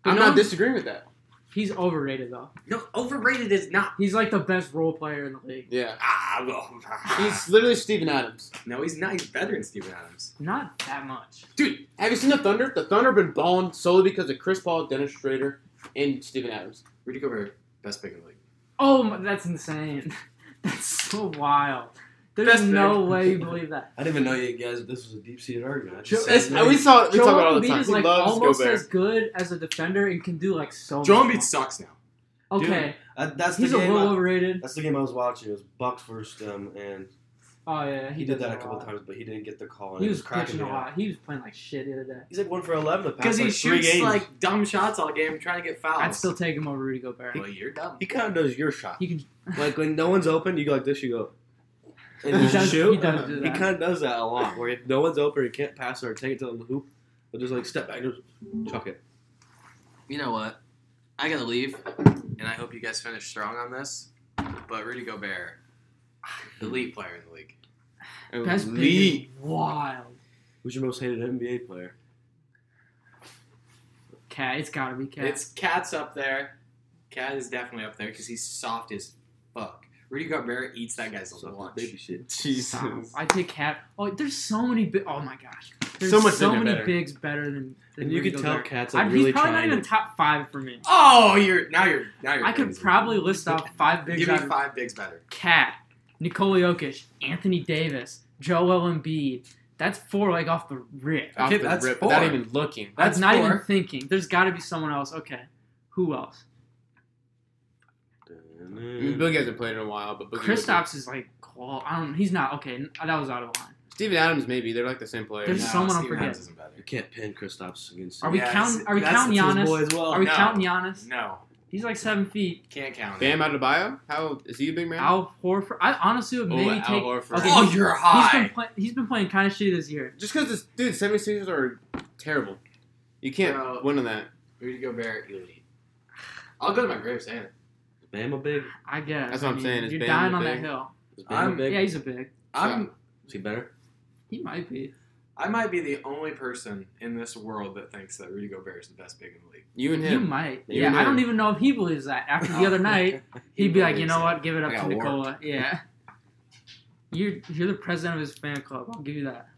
S1: But
S2: I'm
S1: no
S2: not
S1: one-
S2: disagreeing with that.
S1: He's overrated though.
S5: No, overrated is not.
S1: He's like the best role player in the league.
S2: Yeah.
S5: Ah, well, (laughs)
S2: He's literally Steven Adams.
S5: no, he's not. He's better than Steven Adams.
S1: Not that much.
S2: Dude, have you seen the Thunder? The Thunder been balling solely because of Chris Paul, Dennis Schrader, and Steven Adams.
S5: Rudy Gobert, best pick in the league.
S1: Oh, my, that's insane. (laughs) That's so wild. There's
S5: Best
S1: no
S5: pick.
S1: way you believe
S3: (laughs)
S1: that.
S3: I didn't even know you guys. This was a deep seated argument. I
S1: Joe-
S3: just
S2: It's-
S3: said,
S2: we saw we
S1: Joel
S2: talk about it all the
S1: Embiid
S2: time.
S1: is
S2: He
S1: like
S2: loves
S1: almost
S2: Gobert.
S1: as good as a defender and can do like so.
S5: Joel
S1: much
S5: Embiid sucks now.
S1: more. Okay,
S3: I- that's the
S1: he's a
S3: game.
S1: little
S3: I-
S1: overrated.
S3: that's the game I was watching. It was Bucks versus them, and
S1: Oh yeah,
S3: he did
S1: does
S3: that a couple
S1: lot.
S3: times, but he didn't get the call. and
S1: He
S3: it
S1: was
S3: cracking
S1: pitching a
S3: me up.
S1: lot. He was playing like shit the other day.
S3: He's like one for eleven the past
S5: Because he
S3: like, three
S5: shoots
S3: games.
S5: like dumb shots all game, trying to get fouls.
S1: I'd still take him over Rudy Gobert.
S5: Well, you're dumb.
S3: he kind of knows your shot.
S1: He can.
S3: like when no one's open, you go like this. You go.
S1: He
S3: And you
S1: does.
S3: shoot.
S1: He does do
S3: He
S1: that.
S3: kind of does that a lot. Where if no one's open, he can't pass or take it to the hoop. But just like step back, and just chuck it.
S5: You know what? I gotta leave, and I hope you guys finish strong on this. But Rudy Gobert, (sighs) elite player in the league.
S1: That's
S2: Elite.
S1: wild.
S3: Who's your most hated NBA player?
S1: Cat, it's gotta be Cat.
S5: It's Cat's up there. Cat is definitely up there because he's soft as fuck. Rudy Gobert eats that guy's
S3: Suck
S5: lunch.
S3: baby shit.
S2: Jesus.
S1: I take Cat. Oh, there's so many. Bi- oh my gosh, there's
S2: So much bigger,
S1: many
S2: better.
S1: bigs better than. than
S3: And you
S1: Rudy
S3: can tell
S1: Gobert.
S3: cats
S1: I-
S3: like
S1: he's
S3: really
S1: probably not
S3: trying.
S1: even
S3: to-
S1: top five for me.
S5: Oh, you're now you're now you're.
S1: I could
S5: crazy.
S1: probably list out five bigs.
S5: give me
S1: out of-
S5: five bigs better.
S1: Cat, Nikola Jokic, Anthony Davis, Joel Embiid. That's four like off the rip.
S5: Okay,
S2: Off the
S5: that's
S2: rip,
S5: four.
S2: without even looking.
S5: That's
S1: I'm not even
S5: four.
S1: thinking. There's got to be someone else. Okay, who else?
S2: I mean, Boogie hasn't played in a while, but Boogie would be-
S1: Kristaps is like, qual- I don't. He's not okay. n- That was out of line.
S2: Steven Adams maybe they're like the same player.
S1: There's
S5: no,
S1: someone I'm
S5: Steven Adams
S1: forgetting.
S5: isn't
S3: You
S5: better.
S3: can't pin Kristaps against.
S1: Are we
S5: Yeah,
S1: counting?
S5: it's-
S1: Are we
S5: that's
S1: counting
S5: the
S3: his boy
S1: Giannis?
S3: as well.
S1: Are we
S5: Oh, No.
S1: counting Giannis?
S5: No,
S1: He's like seven feet.
S5: can't count.
S2: Bam
S5: it.
S2: Adebayo? How is he a big man?
S1: Al Horford. I honestly would
S2: oh,
S1: maybe
S2: Al
S1: take.
S2: Horford.
S1: okay,
S5: Oh, you're
S1: He's been,
S5: high.
S1: play, he's been playing kind of shitty this year.
S2: Just because this dude, 76ers are terrible. You can't
S5: Bro.
S2: win on that.
S5: Rudy Gobert, elite. I'll go to my grave saying it.
S3: Bama big.
S1: I guess.
S2: That's what
S1: I
S2: I'm
S1: mean,
S2: saying, is
S1: You're
S2: Bam
S1: dying
S2: a
S1: on
S2: big?
S1: that hill.
S3: Is Bama
S5: I'm-
S3: big?
S1: Yeah, he's a big.
S5: I'm
S3: Is he better?
S1: He might be.
S5: I might be the only person in this world that thinks that Rudy Gobert is the best big in the league.
S2: You and
S1: You
S2: him.
S1: might.
S2: You
S1: yeah, I
S2: know.
S1: don't even know if he believes that. After
S3: Oh,
S1: the other night, he'd be like, you
S5: believes
S1: know
S5: it.
S1: what? Give it up
S5: I
S1: to
S5: got warped.
S1: Nicola. Yeah. You're you're the president of his fan club. I'll give you that.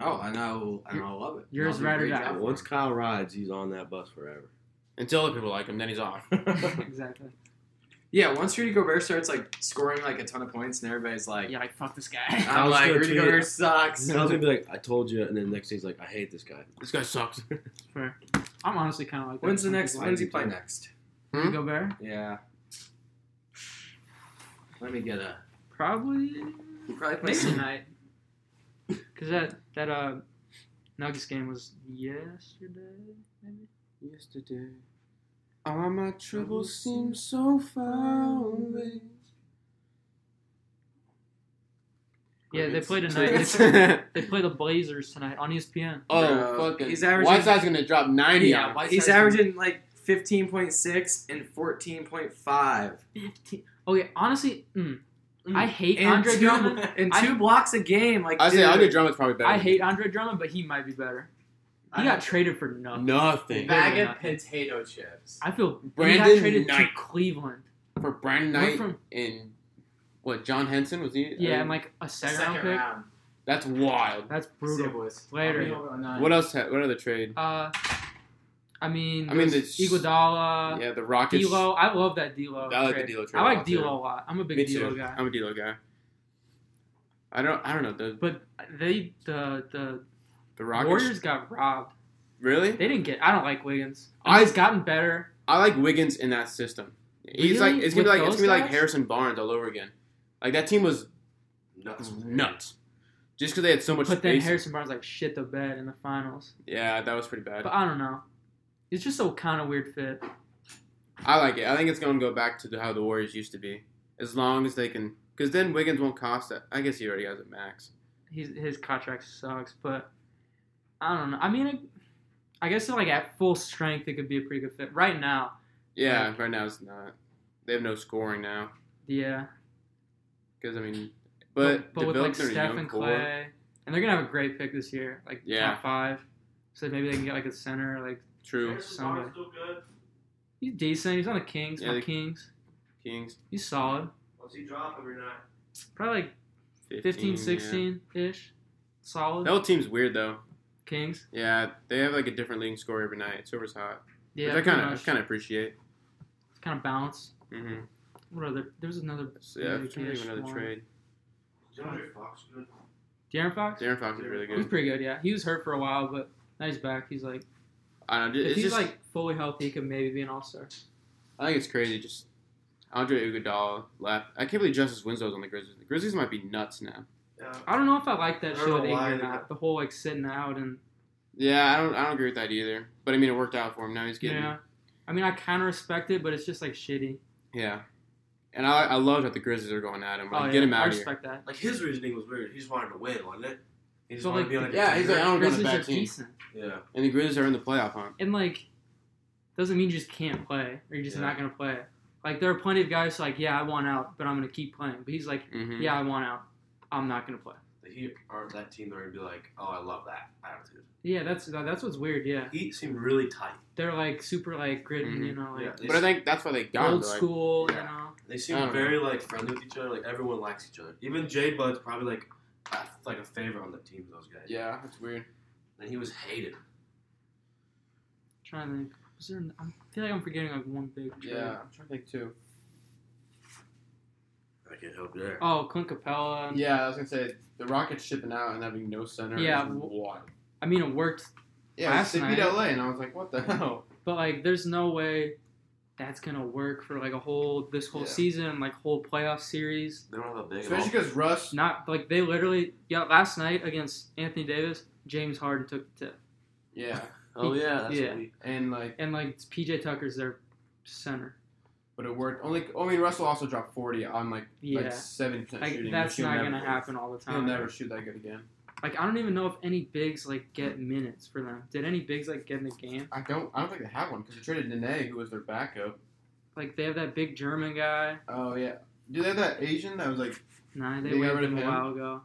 S5: Oh, I know, I know, I love it.
S1: Yours
S5: I'll do a
S1: right or
S5: great
S1: die.
S5: job for
S3: Once
S5: him.
S3: Kyle rides, he's on that bus
S2: (laughs)
S3: forever.
S2: Until other people like him, then he's off.
S5: (laughs)
S1: exactly.
S5: Yeah, once Rudy Gobert starts like scoring like a ton of points, and everybody's like,
S1: Yeah, like fuck this
S5: (laughs)
S1: guy.
S5: I'm
S3: was
S5: like
S3: gonna
S5: Rudy
S3: tweet-
S5: Gobert sucks.
S3: I was gonna be like, I told you, and then next day he's like, I hate this guy.
S2: this guy sucks. (laughs)
S1: I'm honestly kind of like. that.
S5: When's the
S1: Some
S5: next?
S1: people
S5: When's he
S1: like
S5: play
S1: him.
S5: next?
S2: Hmm?
S1: Gobert?
S5: Yeah. Let me get a.
S1: Probably.
S5: He probably
S1: Maybe
S5: plays tonight.
S1: tonight. Cause that that uh Nuggets game was yesterday, maybe.
S2: Yesterday, all my troubles seem so far away.
S1: Yeah, they played tonight.
S2: Crickets. (laughs)
S1: They play the Blazers tonight on ESPN.
S2: oh,
S5: Bro,
S2: fucking.
S5: he's
S2: He's
S5: averaging-
S2: Whiteside's gonna drop 90
S5: Yeah,
S2: on
S5: Whiteside-
S2: him.
S5: He's
S6: He's averaging like 15.6 and 14.5.
S1: Fifteen. Okay, honestly, mm, I hate
S6: And
S1: Andre
S6: two-
S1: Drummond.
S6: And
S1: I-
S6: two blocks a game. Like,
S2: I say
S6: dude,
S2: Andre Drummond's probably better.
S1: I hate Andre Drummond, but he might be better. He
S5: I-
S1: got traded for nothing.
S2: nothing
S5: Bag of
S1: Nothing.
S5: potato chips.
S1: I feel he
S2: Brandon
S1: got traded
S2: Knight.
S1: to Cleveland.
S2: for Brandon
S1: Went
S2: Knight
S1: from-
S2: and what John Henson was he?
S1: Yeah,
S2: Uh,
S1: and like a second,
S5: Second
S1: round pick.
S5: round.
S2: that's wild.
S1: That's brutal.
S5: Cowboys.
S1: Later.
S2: What else? Ha- what other trade?
S1: Uh, I mean,
S2: I mean,
S1: there's
S2: the-
S1: Iguodala,
S2: yeah, the Rockets.
S1: uh, D'Lo. I love that D'Lo.
S2: I like the
S1: trade.
S2: D'Lo trade.
S1: I
S2: a
S1: like
S2: lot, too.
S1: D'Lo a lot. I'm a big
S2: Me
S1: D'Lo
S2: too.
S1: guy.
S2: I'm a D'Lo guy. I don't. I don't know the
S1: But they the the
S2: the Rockets.
S1: Warriors got robbed.
S2: Really?
S1: They didn't get. I don't like Wiggins.
S2: I-
S1: He's gotten better.
S2: I like Wiggins in that system. He's
S1: Really?
S2: like it's gonna
S1: With
S2: be like it's
S1: those
S2: gonna be like
S1: guys?
S2: Harrison Barnes all over again. Like that team was
S3: Nuts.
S2: nuts. Just because they had so much
S1: But then
S2: space.
S1: Harrison Barnes like shit the bed in the finals.
S2: yeah, that was pretty bad.
S1: But I don't know. It's just a kind of weird fit.
S2: I like it. I think it's going to go back to the, how the Warriors used to be, as long as they can. Because then Wiggins won't cost. That. I guess he already has a max.
S1: He's, his contract sucks, but I don't know. I mean, it, I guess like at full strength, it could be a pretty good fit. Right now,
S2: Yeah, right now it's not. They have no scoring now.
S1: yeah.
S2: Because I mean, but
S1: but with like
S2: developing their
S1: Steph
S2: young
S1: and
S2: core-
S1: Clay, and they're gonna have a great pick this year, like
S2: Yeah.
S1: top five. So maybe they can get like a center, like
S2: True,
S1: Somebody. He's decent. He's on the Kings.
S2: Yeah,
S1: my
S2: they-
S1: Kings.
S2: Kings
S1: He's solid.
S6: What's he drop every night?
S1: Probably like
S2: 15,
S1: 15,
S2: yeah.
S1: 16 ish. Solid.
S2: That whole team's weird though.
S1: Kings.
S2: Yeah, they have like a different leading scorer every night. It's always hot.
S1: Yeah.
S2: which I kind of
S1: pretty
S2: kind
S1: much.
S2: of appreciate.
S1: It's kind of balanced.
S2: hmm
S1: What other? There's another.
S2: So yeah, I'm
S1: Maybe
S2: trying to think of
S1: Cash
S2: another
S1: one.
S2: trade.
S6: DeAndre Fox good.
S1: Darren Fox.
S2: Darren Fox is really
S1: He's
S2: good.
S1: pretty good. Yeah. He was hurt for a while, but now he's back. He's like,
S2: I don't know.
S1: if
S2: It's
S1: he's
S2: just
S1: like fully healthy, he could maybe be an all star.
S2: I think it's crazy. Just Andre Iguodala left. I can't believe Justice Winslow's on the Grizzlies. The Grizzlies might be nuts now.
S6: Yeah.
S1: I don't know if I like that
S6: I
S1: shit
S6: don't know
S1: with
S6: why
S1: Iggy or
S6: they
S1: not. The whole like sitting out and
S2: Yeah, I don't. I don't agree with that either. But I mean, it worked out for him. Now he's getting.
S1: yeah. I mean, I kind of respect it, but it's just like shitty.
S2: Yeah. And I, I love that the Grizzlies are going at him. Like,
S1: oh,
S2: get
S1: yeah,
S2: him
S1: I
S2: out of here.
S1: respect that.
S3: Like his reasoning was weird. He just wanted to win, wasn't it? He just
S1: So,
S3: wanted
S1: like,
S3: to be on a
S2: yeah, he's like, I don't go on a
S1: Grizzlies
S2: bad
S1: are
S2: team.
S1: decent.
S3: yeah.
S2: And the Grizzlies are in the playoff hunt.
S1: and like doesn't mean you just can't play or you're just
S3: Yeah.
S1: not gonna play. Like there are plenty of guys like, yeah, I want out, but I'm gonna keep playing. But he's like,
S2: hmm
S1: yeah, I want out, I'm not gonna play.
S3: The Heat aren't that team that are gonna be like, oh, I love that attitude.
S1: Yeah, that's that- that's what's weird. Yeah,
S3: Heat seemed really tight.
S1: they're like super like gritty,
S2: Mhm.
S1: you know,
S3: Yeah,
S1: like
S3: they,
S2: But I think that's why they got him.
S1: old
S2: though. Like,
S1: school.
S3: yeah.
S1: You know,
S3: they
S2: I
S3: seem
S2: don't know.
S3: very like friendly with each other. Like everyone likes each other. Even Jade Bud's probably like a, like a favorite on the team of those guys.
S2: yeah, that's weird.
S3: And he was hated.
S1: trying to think. Was there, an- I feel like I'm forgetting like one big. Trade.
S2: Yeah, I'm trying to think too.
S3: I can't help you there.
S1: Oh, Clint Capella. and-
S2: Yeah, I was gonna say the Rockets shipping out and having no center.
S1: Yeah,
S2: is
S1: w-
S2: wild.
S1: I mean, it worked,
S2: Yeah,
S1: last
S2: they beat
S1: night-
S2: LA, and I was like, what
S1: (laughs)
S2: the hell?
S1: but like, there's no way that's gonna work for like a whole this whole
S2: Yeah.
S1: season, like whole playoff series.
S3: They don't have a big. at
S2: Especially because Russ.
S1: Not like they literally yeah last night against Anthony Davis, James Harden took the tip,
S2: Yeah,
S3: all. Oh yeah, that's
S1: Yeah.
S3: what we-
S2: and like,
S1: and like PJ Tucker's their center.
S2: but it worked. Only, I mean, Russell also dropped 40 on like
S1: Yeah,
S2: like seven percent
S1: like
S2: shooting.
S1: that's
S2: which he'll
S1: not
S2: never-
S1: gonna happen all the
S2: He'll
S1: time.
S2: never shoot that good again.
S1: Like I don't even know if any bigs like get minutes for them. Did any bigs like get in the game?
S2: I don't. I don't think they have one because they traded Nene, who was their backup.
S1: Like they have that big German guy.
S2: Oh yeah. Do they have that Asian that was like
S1: Nah, they,
S2: They got
S1: waived
S2: rid of
S1: him a
S2: him?
S1: while ago.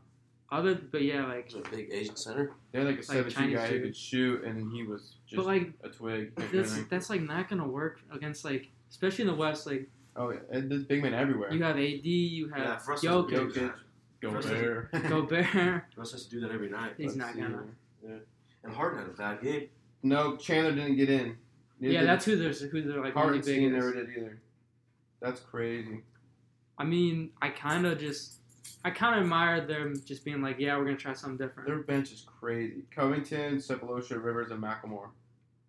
S1: Other but yeah like
S3: There's a big Asian center.
S2: they had like a seventeen
S1: Chinese
S2: guy
S1: dude.
S2: who could shoot and he was
S1: but
S2: just
S1: like
S2: a twig. like,
S1: that's
S2: nothing.
S1: that's like not gonna work against like especially in the West like
S2: oh yeah, and there's big men everywhere.
S1: you have AD you
S3: Yeah,
S1: have
S3: Russ
S1: Jokic,
S3: has to do
S2: Jokic.
S3: that.
S2: Go
S3: Russ
S2: there. (laughs)
S1: Gobert. (laughs)
S3: Russ has to do that every night.
S1: He's not gonna.
S3: And Harden had a bad game.
S2: No, Chandler didn't get in. Neither
S1: Yeah,
S2: did
S1: that's who they're who they're like really
S2: Harden
S1: big
S2: Senior
S1: in.
S2: never did either. That's crazy.
S1: I mean, I kind of just, I kind of admire them just being like, yeah, we're gonna try something different.
S2: Their bench is crazy. Covington, Cephalosha, Rivers, and Macklemore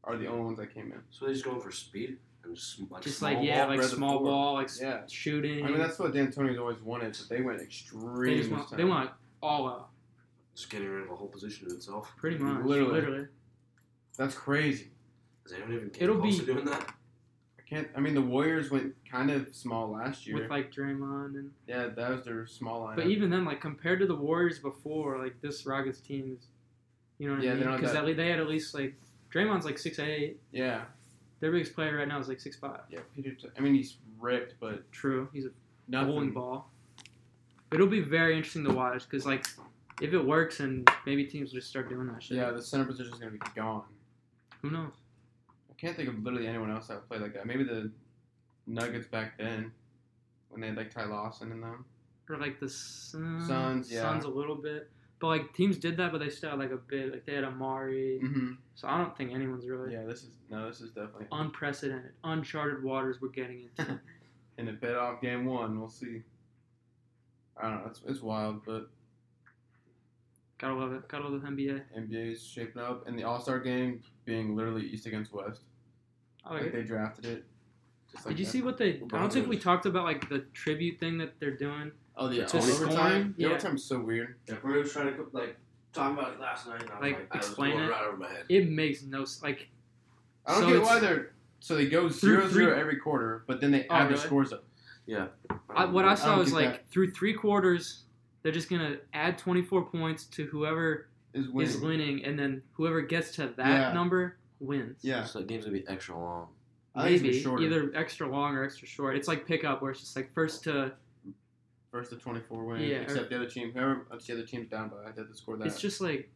S2: are the only ones that came in.
S3: So they're just going for speed. and just like
S1: Just
S3: small
S1: like yeah,
S3: ball,
S1: like
S3: red
S1: small
S3: four.
S1: ball, like s-
S2: Yeah.
S1: shooting.
S2: I mean, that's what D'Antoni's always wanted, but they went extreme.
S1: they just want
S2: this time.
S1: they want all out,
S3: Just getting rid of a whole position in itself.
S1: pretty much. Literally,
S2: Literally. That's crazy.
S3: 'Cause they don't even came
S1: It'll
S3: close
S1: be-
S3: to doing that.
S2: I can't. I mean, the Warriors went kind of small last year.
S1: with like Draymond and.
S2: yeah, that was their small lineup.
S1: But even then, like compared to the Warriors before, like this Rockets team is, you know what
S2: Yeah,
S1: I
S2: they're
S1: mean?
S2: not
S1: Because
S2: that-
S1: at least they had at least like Draymond's like six eight.
S2: yeah,
S1: Their biggest player right now is like six five.
S2: yeah. Peter. T- I mean, he's ripped, but
S1: True, he's a bowling
S2: nothing.
S1: ball. It'll be very interesting to watch because like if it works and maybe teams will just start doing that shit.
S2: Yeah, the center position is gonna be gone.
S1: Who knows?
S2: I can't think of literally anyone else that played like that. Maybe the Nuggets back then, when they had like Ty Lawson in them.
S1: Or like the Suns.
S2: Suns, yeah.
S1: Suns a little bit. But like teams did that, but they still had like a bit. Like they had Amari.
S2: Mm-hmm.
S1: So I don't think anyone's really
S2: Yeah, this is no, this is definitely.
S1: unprecedented, uncharted waters we're getting into.
S2: and it bet off game one. We'll see. I don't know. It's, it's wild, but
S1: gotta love it. Gotta love the NBA.
S2: NBA's shaping up, and the All Star game being literally East against West.
S1: I like
S2: Like
S1: it.
S2: they drafted it. Just like
S1: Did you
S2: that.
S1: see what they? I don't
S3: LeBron
S1: think we
S3: James.
S1: talked about like the tribute thing that they're doing.
S2: Oh, the
S1: Just scoring?
S2: overtime.
S1: Yeah.
S2: The overtime's so weird.
S3: Yeah, we were trying to like talking about it last night. And I was
S1: Like,
S3: like, I was
S1: explain
S3: going
S1: it.
S3: Right over my head.
S1: It makes no s- like
S2: I don't
S1: So
S2: get
S1: it's-
S2: why they're so they go
S1: Through
S2: zero
S1: three-
S2: zero every quarter, but then they
S1: Oh,
S2: add the
S1: really?
S2: scores up.
S1: I, what I saw
S2: don't
S1: was
S2: get
S1: like through three quarters, they're just gonna add 24 points to whoever
S2: Is winning.
S1: is winning, and then whoever gets to that
S2: Yeah.
S1: number wins.
S2: yeah,
S3: So the game's gonna be extra long.
S2: I think it's been
S1: Maybe
S2: shorter.
S1: either extra long or extra short. It's like pickup where it's just like first to.
S2: first to twenty four wins.
S1: Yeah.
S2: Except the other team, whoever that's the other team's down by, I had to score that.
S1: It's just like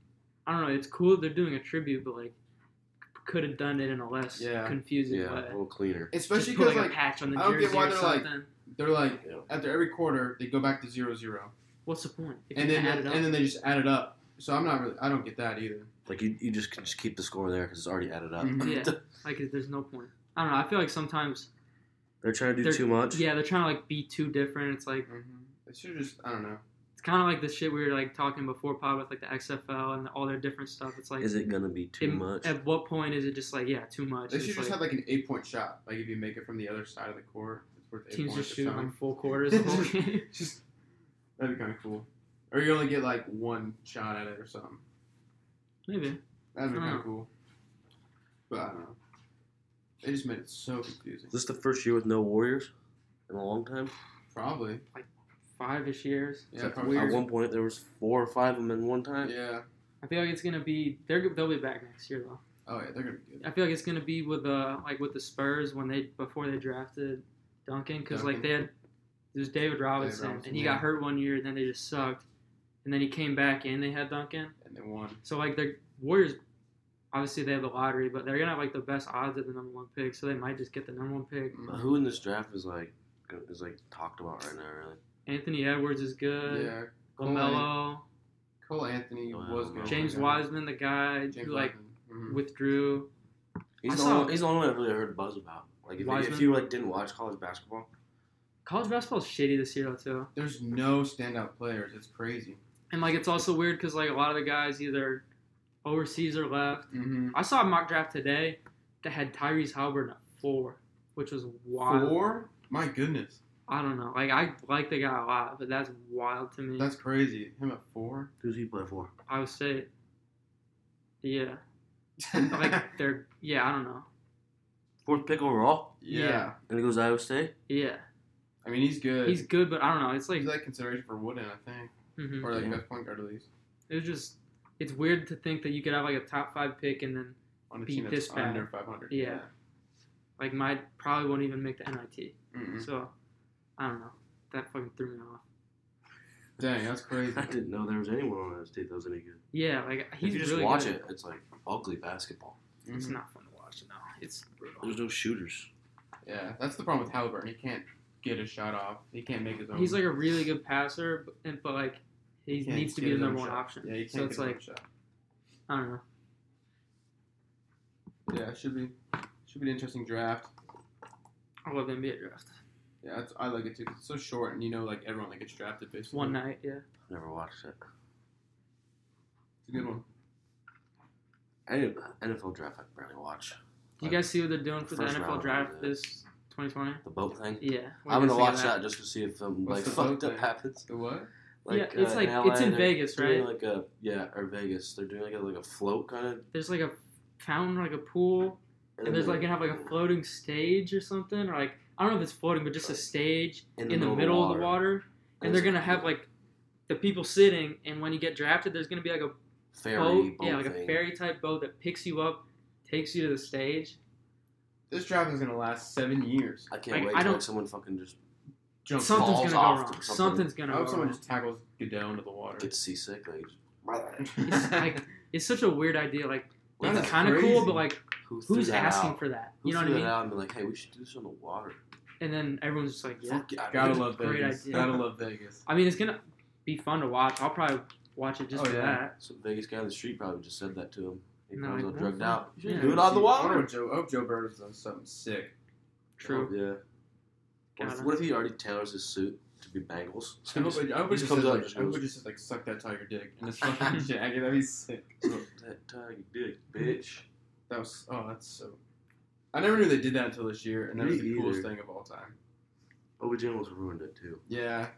S1: I don't know. It's cool that they're doing a tribute, but like could have done it in a less
S2: Yeah.
S1: confusing
S3: Yeah,
S1: way.
S3: a little cleaner.
S2: Especially
S1: just put
S2: because
S1: like,
S2: like
S1: a patch on the
S2: I don't
S1: jersey
S2: get why
S1: or
S2: they're, like-
S1: something.
S2: they're like
S3: Yeah.
S2: after every quarter they go back to zero zero,
S1: What's the point? If
S2: and
S1: you
S2: then
S1: add it up.
S2: and then they just add it up. So I'm not really I don't get that either.
S3: Like you, you just can just keep the score there because it's already added
S7: (laughs)
S3: up.
S2: Mhm.
S1: Mm-hmm. Yeah, like there's no point. I don't know. I feel like sometimes,
S3: They're trying to do
S1: They're-
S3: too much.
S1: yeah, they're trying to like be too different. It's like
S2: Mhm. It should just I don't know.
S1: it's kind of like the shit we were like talking before pod with like the XFL and all their different stuff. It's like
S7: Is it gonna be too
S1: it-
S7: much?
S1: At what point is it just like yeah, too much?
S2: They
S1: It's
S2: should just
S1: like,
S2: have like an eight point shot. Like if you make it from the other side of the court, it's worth eight
S1: teams
S2: points.
S1: just
S2: or
S1: shooting
S2: something. (laughs)
S1: like full quarters (laughs) the whole game.
S2: Just that'd be kind of cool. Or you only get like one shot at it or something.
S1: Maybe
S2: That'd be
S1: I
S2: kind
S1: dunno.
S2: of cool. But I don't know. They just made it so confusing.
S7: Is this the first year with no Warriors in a long time?
S2: Probably.
S1: five ish years.
S2: Yeah,
S7: Except
S2: probably.
S7: At one point, there was four or five of them in one time.
S2: Yeah.
S1: I feel like it's gonna be they're they'll be back next year though.
S2: Oh yeah, they're gonna be good.
S1: I feel like it's gonna be with uh like with the Spurs when they before they drafted Duncan because like
S2: Duncan.
S1: they had there's David Robinson,
S2: Robinson,
S1: and he
S2: yeah.
S1: got hurt one year and then they just sucked, and then he came back and they had Duncan.
S2: And they won.
S1: So like the Warriors, obviously they have the lottery, but they're gonna have like the best odds at the number one pick, so they might just get the number one pick.
S7: But who in this draft is like go- is like talked about right now? Really?
S1: Anthony Edwards is good.
S2: Yeah.
S1: Lamelo,
S2: Cole Anthony
S7: Wow.
S2: was good.
S1: James
S2: Yeah.
S1: Wiseman, the guy
S2: James
S1: who like
S2: Wiseman. Mhm.
S1: withdrew. I
S7: He's the,
S1: saw-
S7: only, he's the only one I've really heard buzz about. Like if, you-
S1: Wiseman?
S7: if you like didn't watch college basketball,
S1: College basketball is shitty this year though too.
S2: There's no standout players. It's crazy.
S1: And like it's also weird because like a lot of the guys either overseas or left.
S2: Mm-hmm.
S1: I saw a mock draft today that had Tyrese Howard at four, which was wild.
S2: Four? My goodness,
S1: I don't know. Like I like the guy a lot, but that's wild to me.
S2: that's crazy. Him at four?
S7: who's he play for?
S1: Ohio State. Yeah, (laughs) like they're yeah. I don't know.
S7: Fourth pick overall,
S2: yeah.
S7: and it goes Iowa State.
S1: (laughs) Yeah,
S2: I mean, he's good.
S1: he's good, but I don't know. It's like
S2: He's like consideration for Wooden, I think,
S1: mhm.
S2: or like
S7: Yeah.
S2: best point guard at least
S1: it was just it's weird to think that you could have like a top five pick and then
S2: on a
S1: Beat
S2: team
S1: this
S2: that's
S1: bad.
S2: under 500.
S1: Yeah. like my probably won't even make the NIT.
S2: Mm-mm.
S1: So I don't know. That fucking threw me off.
S2: Dang, that's
S1: (laughs)
S2: crazy.
S3: (laughs)
S7: I didn't know there was anyone on Iowa State that was any good.
S1: Yeah, like he's
S7: if you just
S1: really
S7: watch
S1: good.
S7: it, it's like ugly basketball.
S1: It's
S2: Mhm.
S1: not fun to watch. No, it's brutal.
S7: There's no shooters.
S2: Yeah, that's the problem with Halliburton. He can't get a shot off. He can't make his own.
S1: He's like a really good passer, but, and, but like he
S2: Can't
S1: needs to
S2: get
S1: be the
S2: his own
S1: number one
S2: shot.
S1: option.
S2: Yeah, he can't
S1: so
S2: get
S1: it's
S2: his own
S1: like
S2: shot.
S1: I don't know.
S2: Yeah, it should be should be an interesting draft.
S1: I love the NBA draft.
S2: Yeah, that's, I like it too. 'cause it's so short, and you know, like everyone that gets drafted
S1: It's
S2: basically.
S1: one night. Yeah.
S7: Never watched it.
S2: It's a good one.
S7: Any NFL draft I barely watch.
S1: Do you guys see what they're doing for the
S3: First
S1: NFL
S3: round,
S1: draft
S3: yeah.
S1: this 2020?
S3: The boat thing.
S1: Yeah, what do
S3: I'm
S1: you guys
S3: gonna
S1: think
S3: watch
S1: of
S3: that just to see if um,
S2: What's
S3: like
S2: the
S3: fucked
S2: boat
S3: up
S2: thing?
S3: happens. uh,
S2: The what?
S1: Yeah, it's like- it's in
S3: they're
S1: Vegas,
S3: doing
S1: right?
S3: Like a yeah, or Vegas. They're doing like a like a float kind of.
S1: There's like a fountain, like a pool, and there's like gonna have like a floating stage or something, or like I don't know if it's floating, but just a stage in, the, middle of the water, and they're gonna have like the people sitting, and when you get drafted, there's gonna be like a
S3: ferry,
S1: boat, yeah,
S3: boat
S1: like a
S3: thing.
S1: ferry type boat that picks you up, takes you to the stage.
S2: This draft is gonna last seven years.
S3: I can't
S1: Like,
S3: wait
S1: I
S3: till
S1: don't-
S3: someone fucking just
S2: Jump
S1: Something's
S3: falls
S1: gonna go
S3: off
S1: wrong.
S3: or something.
S1: Something's gonna
S2: I
S1: go
S2: hope someone
S1: wrong.
S2: just tackles Goodell into the (laughs) water.
S3: gets seasick. Like (laughs)
S1: It's like it's such a weird idea. Like
S2: That
S1: it's
S2: is
S1: kind of
S2: crazy.
S1: cool, but like
S3: who threw
S1: who's
S3: that
S1: asking
S3: out?
S1: for that?
S3: Who
S1: You know what
S3: threw
S1: I mean?
S3: that out and be like, hey, we should do this on the water.
S1: And then everyone's just like, yeah.
S3: Fuck yeah,
S2: Gotta
S3: dude.
S2: love
S1: Great
S2: Vegas.
S1: idea.
S2: Gotta love Vegas.
S1: I mean, it's gonna be fun to watch. I'll probably watch it just
S2: Oh,
S1: for
S2: yeah.
S1: that.
S3: Some Vegas guy on the street probably just said that to him. He
S1: No,
S3: probably
S1: like,
S3: all drugged
S1: no.
S3: out.
S1: Yeah.
S3: Do it on the
S2: I wonder
S3: water.
S2: if Joe, I hope Joe Burrow's done something sick.
S1: True.
S3: Yeah. What if,
S1: Gotta-
S3: what if he already tailors his suit to be Bengals? (laughs)
S2: I hope, I hope
S3: He
S2: it
S3: just
S2: just
S3: comes
S2: says,
S3: out
S2: like,
S3: and just
S2: I hope
S3: goes-
S2: it just says, like, suck that tiger dick. And
S1: (laughs)
S2: it's fucking jacket. That'd be sick.
S3: (laughs) that tiger dick, bitch.
S2: That was, oh, that's so. I never knew they did that until this year, and that
S3: Me
S2: was the coolest
S3: either.
S2: thing of all time.
S3: OBJ almost ruined it too.
S2: Yeah.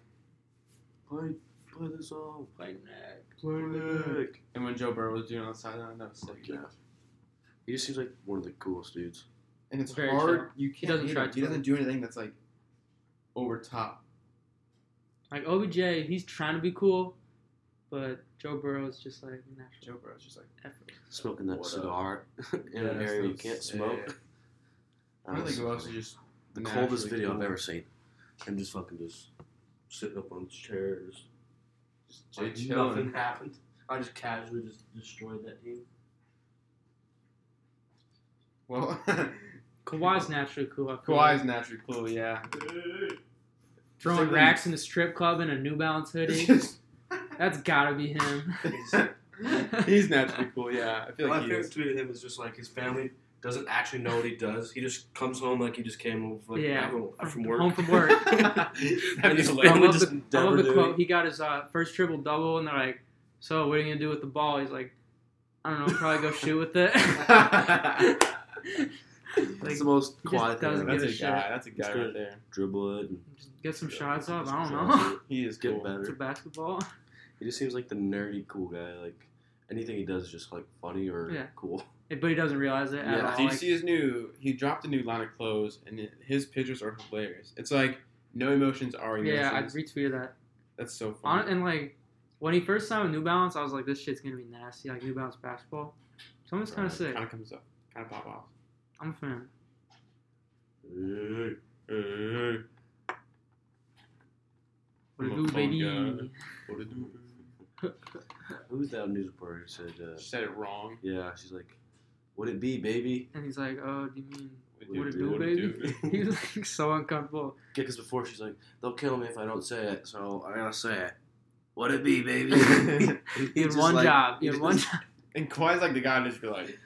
S3: Play, play the song. Play neck.
S2: Play
S3: Play neck.
S2: And when Joe Burrow was doing it on the sideline, that was sick.
S3: Like, yeah. He just seems like one of the coolest dudes.
S2: And it's
S1: Very
S2: hard.
S1: chill.
S2: You
S1: He
S2: can't.
S1: doesn't
S2: hate
S1: try
S2: him. He
S1: too
S2: doesn't do anything that's like over top.
S1: Like OBJ, he's trying to be cool, but Joe Burrow's just like natural
S2: Joe Burrow's just like.
S1: effort.
S3: Smoking that
S2: What up?
S3: cigar (laughs) in
S2: Yeah,
S3: an
S2: that's
S3: area you
S2: so
S3: can't
S2: sick.
S3: smoke.
S2: I don't think
S3: Honestly,
S2: who else is just
S3: the coldest
S2: naturally
S3: video I've
S2: cool.
S3: ever seen. Him just fucking just sitting up on chairs.
S2: Just chilling.
S3: happened.
S8: I just casually just destroyed that team.
S2: (laughs) Well, (laughs)
S1: Kawhi's naturally cool. I feel like.
S2: Kawhi's naturally
S1: (laughs)
S2: cool. Yeah.
S1: throwing
S2: Something-
S1: racks in a strip club in a New Balance
S2: (laughs)
S1: hoodie. That's gotta be him.
S3: (laughs)
S2: He's naturally cool. Yeah, I feel
S9: My
S2: like
S1: (laughs)
S2: he
S9: favorite
S2: is.
S9: tweet of him is just like his family doesn't actually know what he does. He just comes home like he just came home like,
S1: Yeah.
S9: from, from work.
S1: Home
S9: (laughs)
S1: from work. (laughs)
S9: And his
S2: (laughs) That'd be
S1: I
S9: family
S1: love
S9: just
S1: I love
S9: never
S1: the
S9: knew.
S1: quote. He got his uh, first triple double, and they're like, "So what are you gonna do with the ball?" He's like, "I don't know. Probably go shoot with it." (laughs)
S3: That's
S1: Like,
S3: the most
S1: just
S3: quiet thing. I've
S1: doesn't
S3: ever
S2: That's a
S1: give a
S2: guy.
S1: shit.
S2: That's a guy
S3: good.
S2: right there.
S3: Dribble it. And
S1: Just get some shots up. I don't
S3: Just
S1: know. (laughs)
S3: dribble it.
S2: He is
S3: Get
S2: cool.
S1: It's a
S3: better.
S1: basketball. (laughs)
S3: He just seems like the nerdy cool guy. Like anything he does is just like funny or
S1: Yeah.
S3: cool. (laughs)
S1: But he doesn't realize it at
S3: Yeah.
S1: all.
S2: Do you
S1: like-
S2: see his new? He dropped a new line of clothes, and it- his pictures are hilarious. It's like no emotions are emotions.
S1: yeah, I retweeted that.
S2: That's so funny.
S1: On, and like when he first signed with New Balance, I was like, "This shit's gonna be nasty." Like New Balance basketball. Someone's kind of
S3: Right.
S1: sick.
S2: kind of comes up, kind of pop off.
S1: I'm a fan.
S3: Hey,
S2: Hey,
S1: What a
S2: I'm a
S1: do,
S2: fun
S1: baby.
S2: guy. what did you-
S3: Who's that news reporter who said? Uh,
S2: She said it wrong.
S3: yeah, she's like, "Would it be, baby?" (laughs)
S1: And he's like, "Oh, do you mean?" (laughs)
S2: What
S1: What
S2: it
S1: it do,
S2: what it do,
S1: (laughs) He was like so uncomfortable.
S3: Yeah, because before she's like, "They'll kill me if I don't say it," so I gotta say it. Would it be, baby?
S2: baby?
S1: He had
S3: just
S1: one
S3: like-
S1: job. He
S3: (laughs) he
S1: had
S3: just-
S1: one job.
S2: and Kawhi's like the guy to just be like,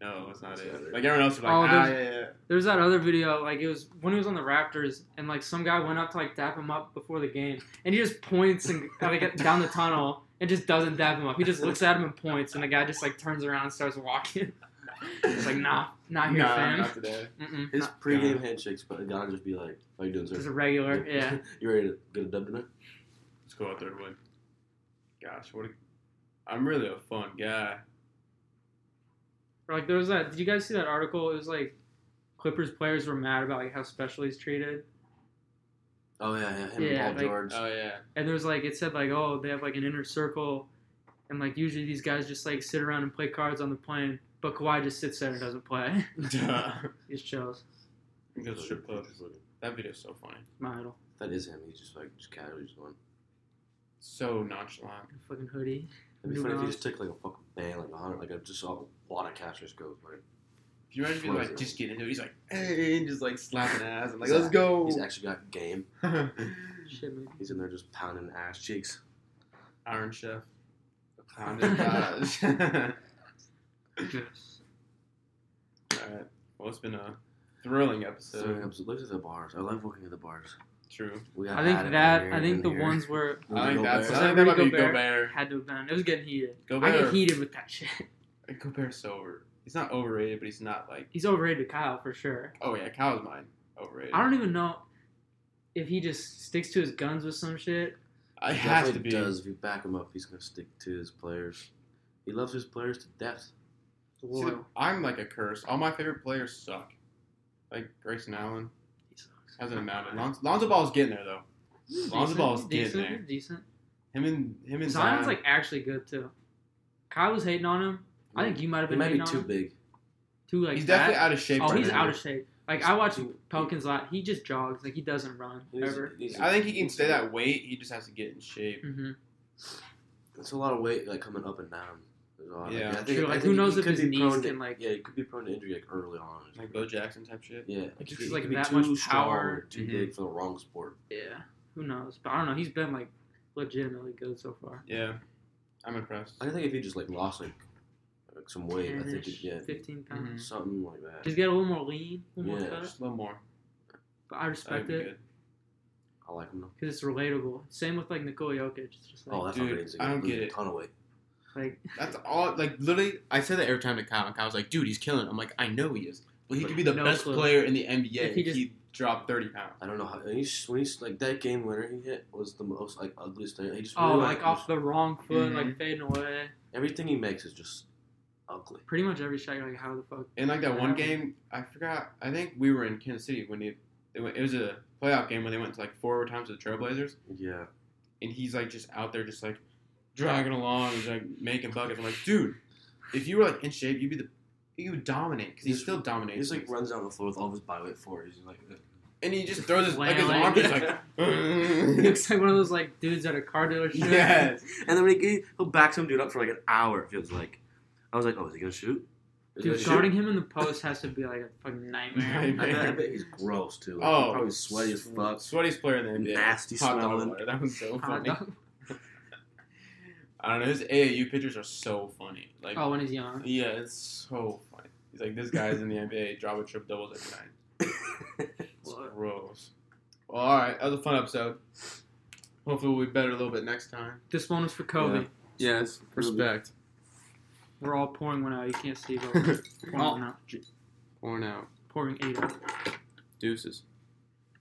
S2: no, it's not
S3: It's
S2: it.
S3: not it.
S2: Like everyone else was like,
S1: Oh,
S2: ah, yeah, yeah.
S1: There's that other video, like it was when he was on the Raptors, and like some guy went up to like dap him up before the game, and he just points and (laughs) like get down the tunnel and just doesn't dap him up. He just looks at him and points, and the guy just like turns around and starts walking. (laughs) It's like, nah, not here,
S2: Nah,
S1: fam.
S2: not today.
S1: Mm-mm,
S3: His
S1: not-
S3: pregame handshakes, but gotta just be like, "How you doing,
S1: just
S3: sir?"
S1: a regular, yeah.
S3: (laughs) you ready to get a dub tonight?
S2: Let's go out there and win. Gosh, what? A, I'm really a fun guy.
S1: Or, like there was that. Did you guys see that article? It was like Clippers players were mad about like how special he's treated,
S3: Oh yeah, yeah. Him
S1: Yeah,
S3: and Paul
S1: like- uh,
S3: George.
S2: Oh yeah.
S1: and there was like it said like oh they have like an inner circle, and like usually these guys just like sit around and play cards on the plane, but Kawhi just sits there and doesn't play.
S2: (laughs)
S1: (laughs)
S2: Duh.
S1: he just chills.
S2: Go to the strip club. That video's so funny.
S1: My idol,
S3: That is him. He's just like just casually just going.
S2: So nonchalant.
S1: fucking hoodie.
S3: It'd be
S1: New
S3: funny if he
S1: Balance.
S3: just took like a fucking band, like a hundred, like a, just a lot of cash just goes. Like
S2: Can you imagine if he was like
S3: Frozen.
S2: just getting into it? He's like, hey, and just like slapping ass. and like,
S3: He's
S2: let's
S3: a-
S2: go. (laughs)
S3: he's actually got game.
S1: Shit, maybe.
S3: He's in there just pounding ass cheeks.
S2: Iron Chef.
S1: Condom
S2: Gosh. All (laughs)
S1: Yes.
S2: right. Well, it's been a thrilling
S3: So,
S2: episode.
S3: look at the bars. I love looking at the bars.
S2: True.
S3: We got
S1: I think
S3: Adam
S1: that I
S3: in here,
S1: think
S3: in
S1: the
S3: here.
S1: ones where
S2: I think that's.
S1: Was
S2: I
S1: that
S2: think that might
S1: really
S2: be
S1: Gobert?
S2: Gobert.
S1: had to have been it was getting heated. I (laughs)
S2: Gobert.
S1: get heated with that shit.
S2: Gobert's sober. He's not overrated, but he's not like.
S1: He's overrated to Kyle for sure.
S2: Oh yeah, Kyle's mine. Overrated.
S1: I don't even know if he just sticks to his guns with some shit.
S2: I
S3: He
S2: has to be.
S3: definitely Does if you back him up, he's gonna stick to his players. He loves his players to death.
S2: See,
S1: Whoa.
S2: I'm like a curse. All my favorite players suck. Like Grayson Allen. Hasn't amounted. Lon- Lonzo Ball's getting there though. Lonzo Ball's getting
S1: decent,
S2: there.
S1: Decent.
S2: Him and him and
S1: Zion's
S2: Zion.
S1: like actually good too. Kyle was hating on him. I think you might have
S3: He
S1: been
S3: might
S1: hating
S3: be too
S1: on him
S3: big.
S1: too. Like
S2: he's
S1: fat.
S2: definitely out of shape.
S1: Oh,
S2: right
S1: he's
S2: now.
S1: out of shape. Like I watch Pelicans a lot. He just jogs. Like he doesn't run
S3: He's-
S1: ever.
S3: he's-
S2: I think he can stay that weight. He just has to get in shape.
S1: hmm
S3: It's a lot of weight like coming up and down. There's a lot of-
S2: Yeah.
S3: I think-
S1: True, like,
S3: I think
S1: who
S3: he
S1: knows if
S3: could
S1: his
S3: be
S1: knees
S3: prone to-
S1: can, like-
S3: yeah, he could be prone to injury like early on.
S2: Like Bo Jackson type shit.
S3: Yeah,
S1: Like,
S3: he
S1: just,
S3: could-
S1: like,
S3: he could be
S1: that
S3: too
S1: much
S3: strong,
S1: power. Mm-hmm.
S3: too big for the wrong sport.
S1: Yeah. Who knows? But I don't know. He's been like legitimately good so far.
S2: Yeah, I'm impressed.
S3: I think if he just like lost like, like some weight, I think he'd,
S1: 10-ish,
S3: yeah,
S1: fifteen pounds.
S2: Mhm.
S3: something like that.
S1: Just get a little more lean, a little more
S3: Yeah.
S1: cut.
S2: Just a little more.
S1: But I
S2: That'd
S1: respect
S2: be
S1: it
S2: good.
S3: I like him. though.
S1: because it's relatable. Same with like Nikola Jokic. It's just like,
S3: Oh, that's
S2: dude,
S3: not crazy.
S2: I don't
S3: Lose
S2: get
S3: a
S2: it.
S3: Ton of weight.
S1: like
S2: That's all. Like literally, I said that every time to Kyle. And Kyle's like, "Dude, he's killing." it." I'm like, "I know he is." Well, he could be the
S1: No
S2: best
S1: clue.
S2: player in the NBA. If he,
S1: he just-
S2: dropped 30 pounds.
S3: I don't know how. and He's, when he's like that game winner he hit was the most like ugliest thing. He just
S1: oh,
S3: really,
S1: like off the wrong foot,
S2: Mm-hmm.
S1: like fading away.
S3: everything he makes is just ugly.
S1: Pretty much every shot, you're like, how the
S3: (laughs)
S1: fuck?
S2: And like that one
S1: Yeah.
S2: game, I forgot. I think we were in Kansas City when he. It went- it was a playoff game when they went to like four times to the Trailblazers,
S3: Yeah,
S2: and he's like just out there, just like dragging along, he's like making buckets. I'm like, dude, if you were like in shape, you'd be the you would dominate because he
S3: He's-
S2: still
S3: he
S2: dominates.
S3: just like runs down the floor with all of his body weight forwards. He's like,
S2: and he just throws his like his
S1: Flailing.
S2: arm just (laughs)
S3: (laughs)
S2: like. Oh.
S1: He looks like one of those like dudes at a car dealership.
S2: yeah.
S3: (laughs) and then when he he'll back some dude up for like an hour. It feels like. I was like, oh, is he gonna shoot? Is he
S1: Dude,
S3: gonna
S1: guarding him in the post has to be like a fucking nightmare.
S3: shoot? I bet,
S1: (laughs)
S3: I bet he's gross too. Like,
S2: Oh.
S3: probably sweaty as fuck. (laughs)
S2: Sweatiest player in the NBA.
S3: Nasty
S2: Hot dog
S3: smelling.
S2: water. That was so
S1: Hot
S2: funny.
S1: dog.
S2: I don't know. His AAU pictures are so funny. Like,
S1: Oh, when he's young.
S2: yeah, it's so funny. He's like, this guy's in the NBA, drop a trip doubles every night. It's
S1: What?
S2: gross. Well, all right, that was a fun episode. Hopefully, we'll be better a little bit next time.
S1: This one was for Kobe.
S2: Yes, respect.
S1: We're all pouring one out.
S2: (laughs)
S1: You can't see, but we're pouring one out.
S2: Worn out.
S1: Pouring eight out.
S2: Deuces.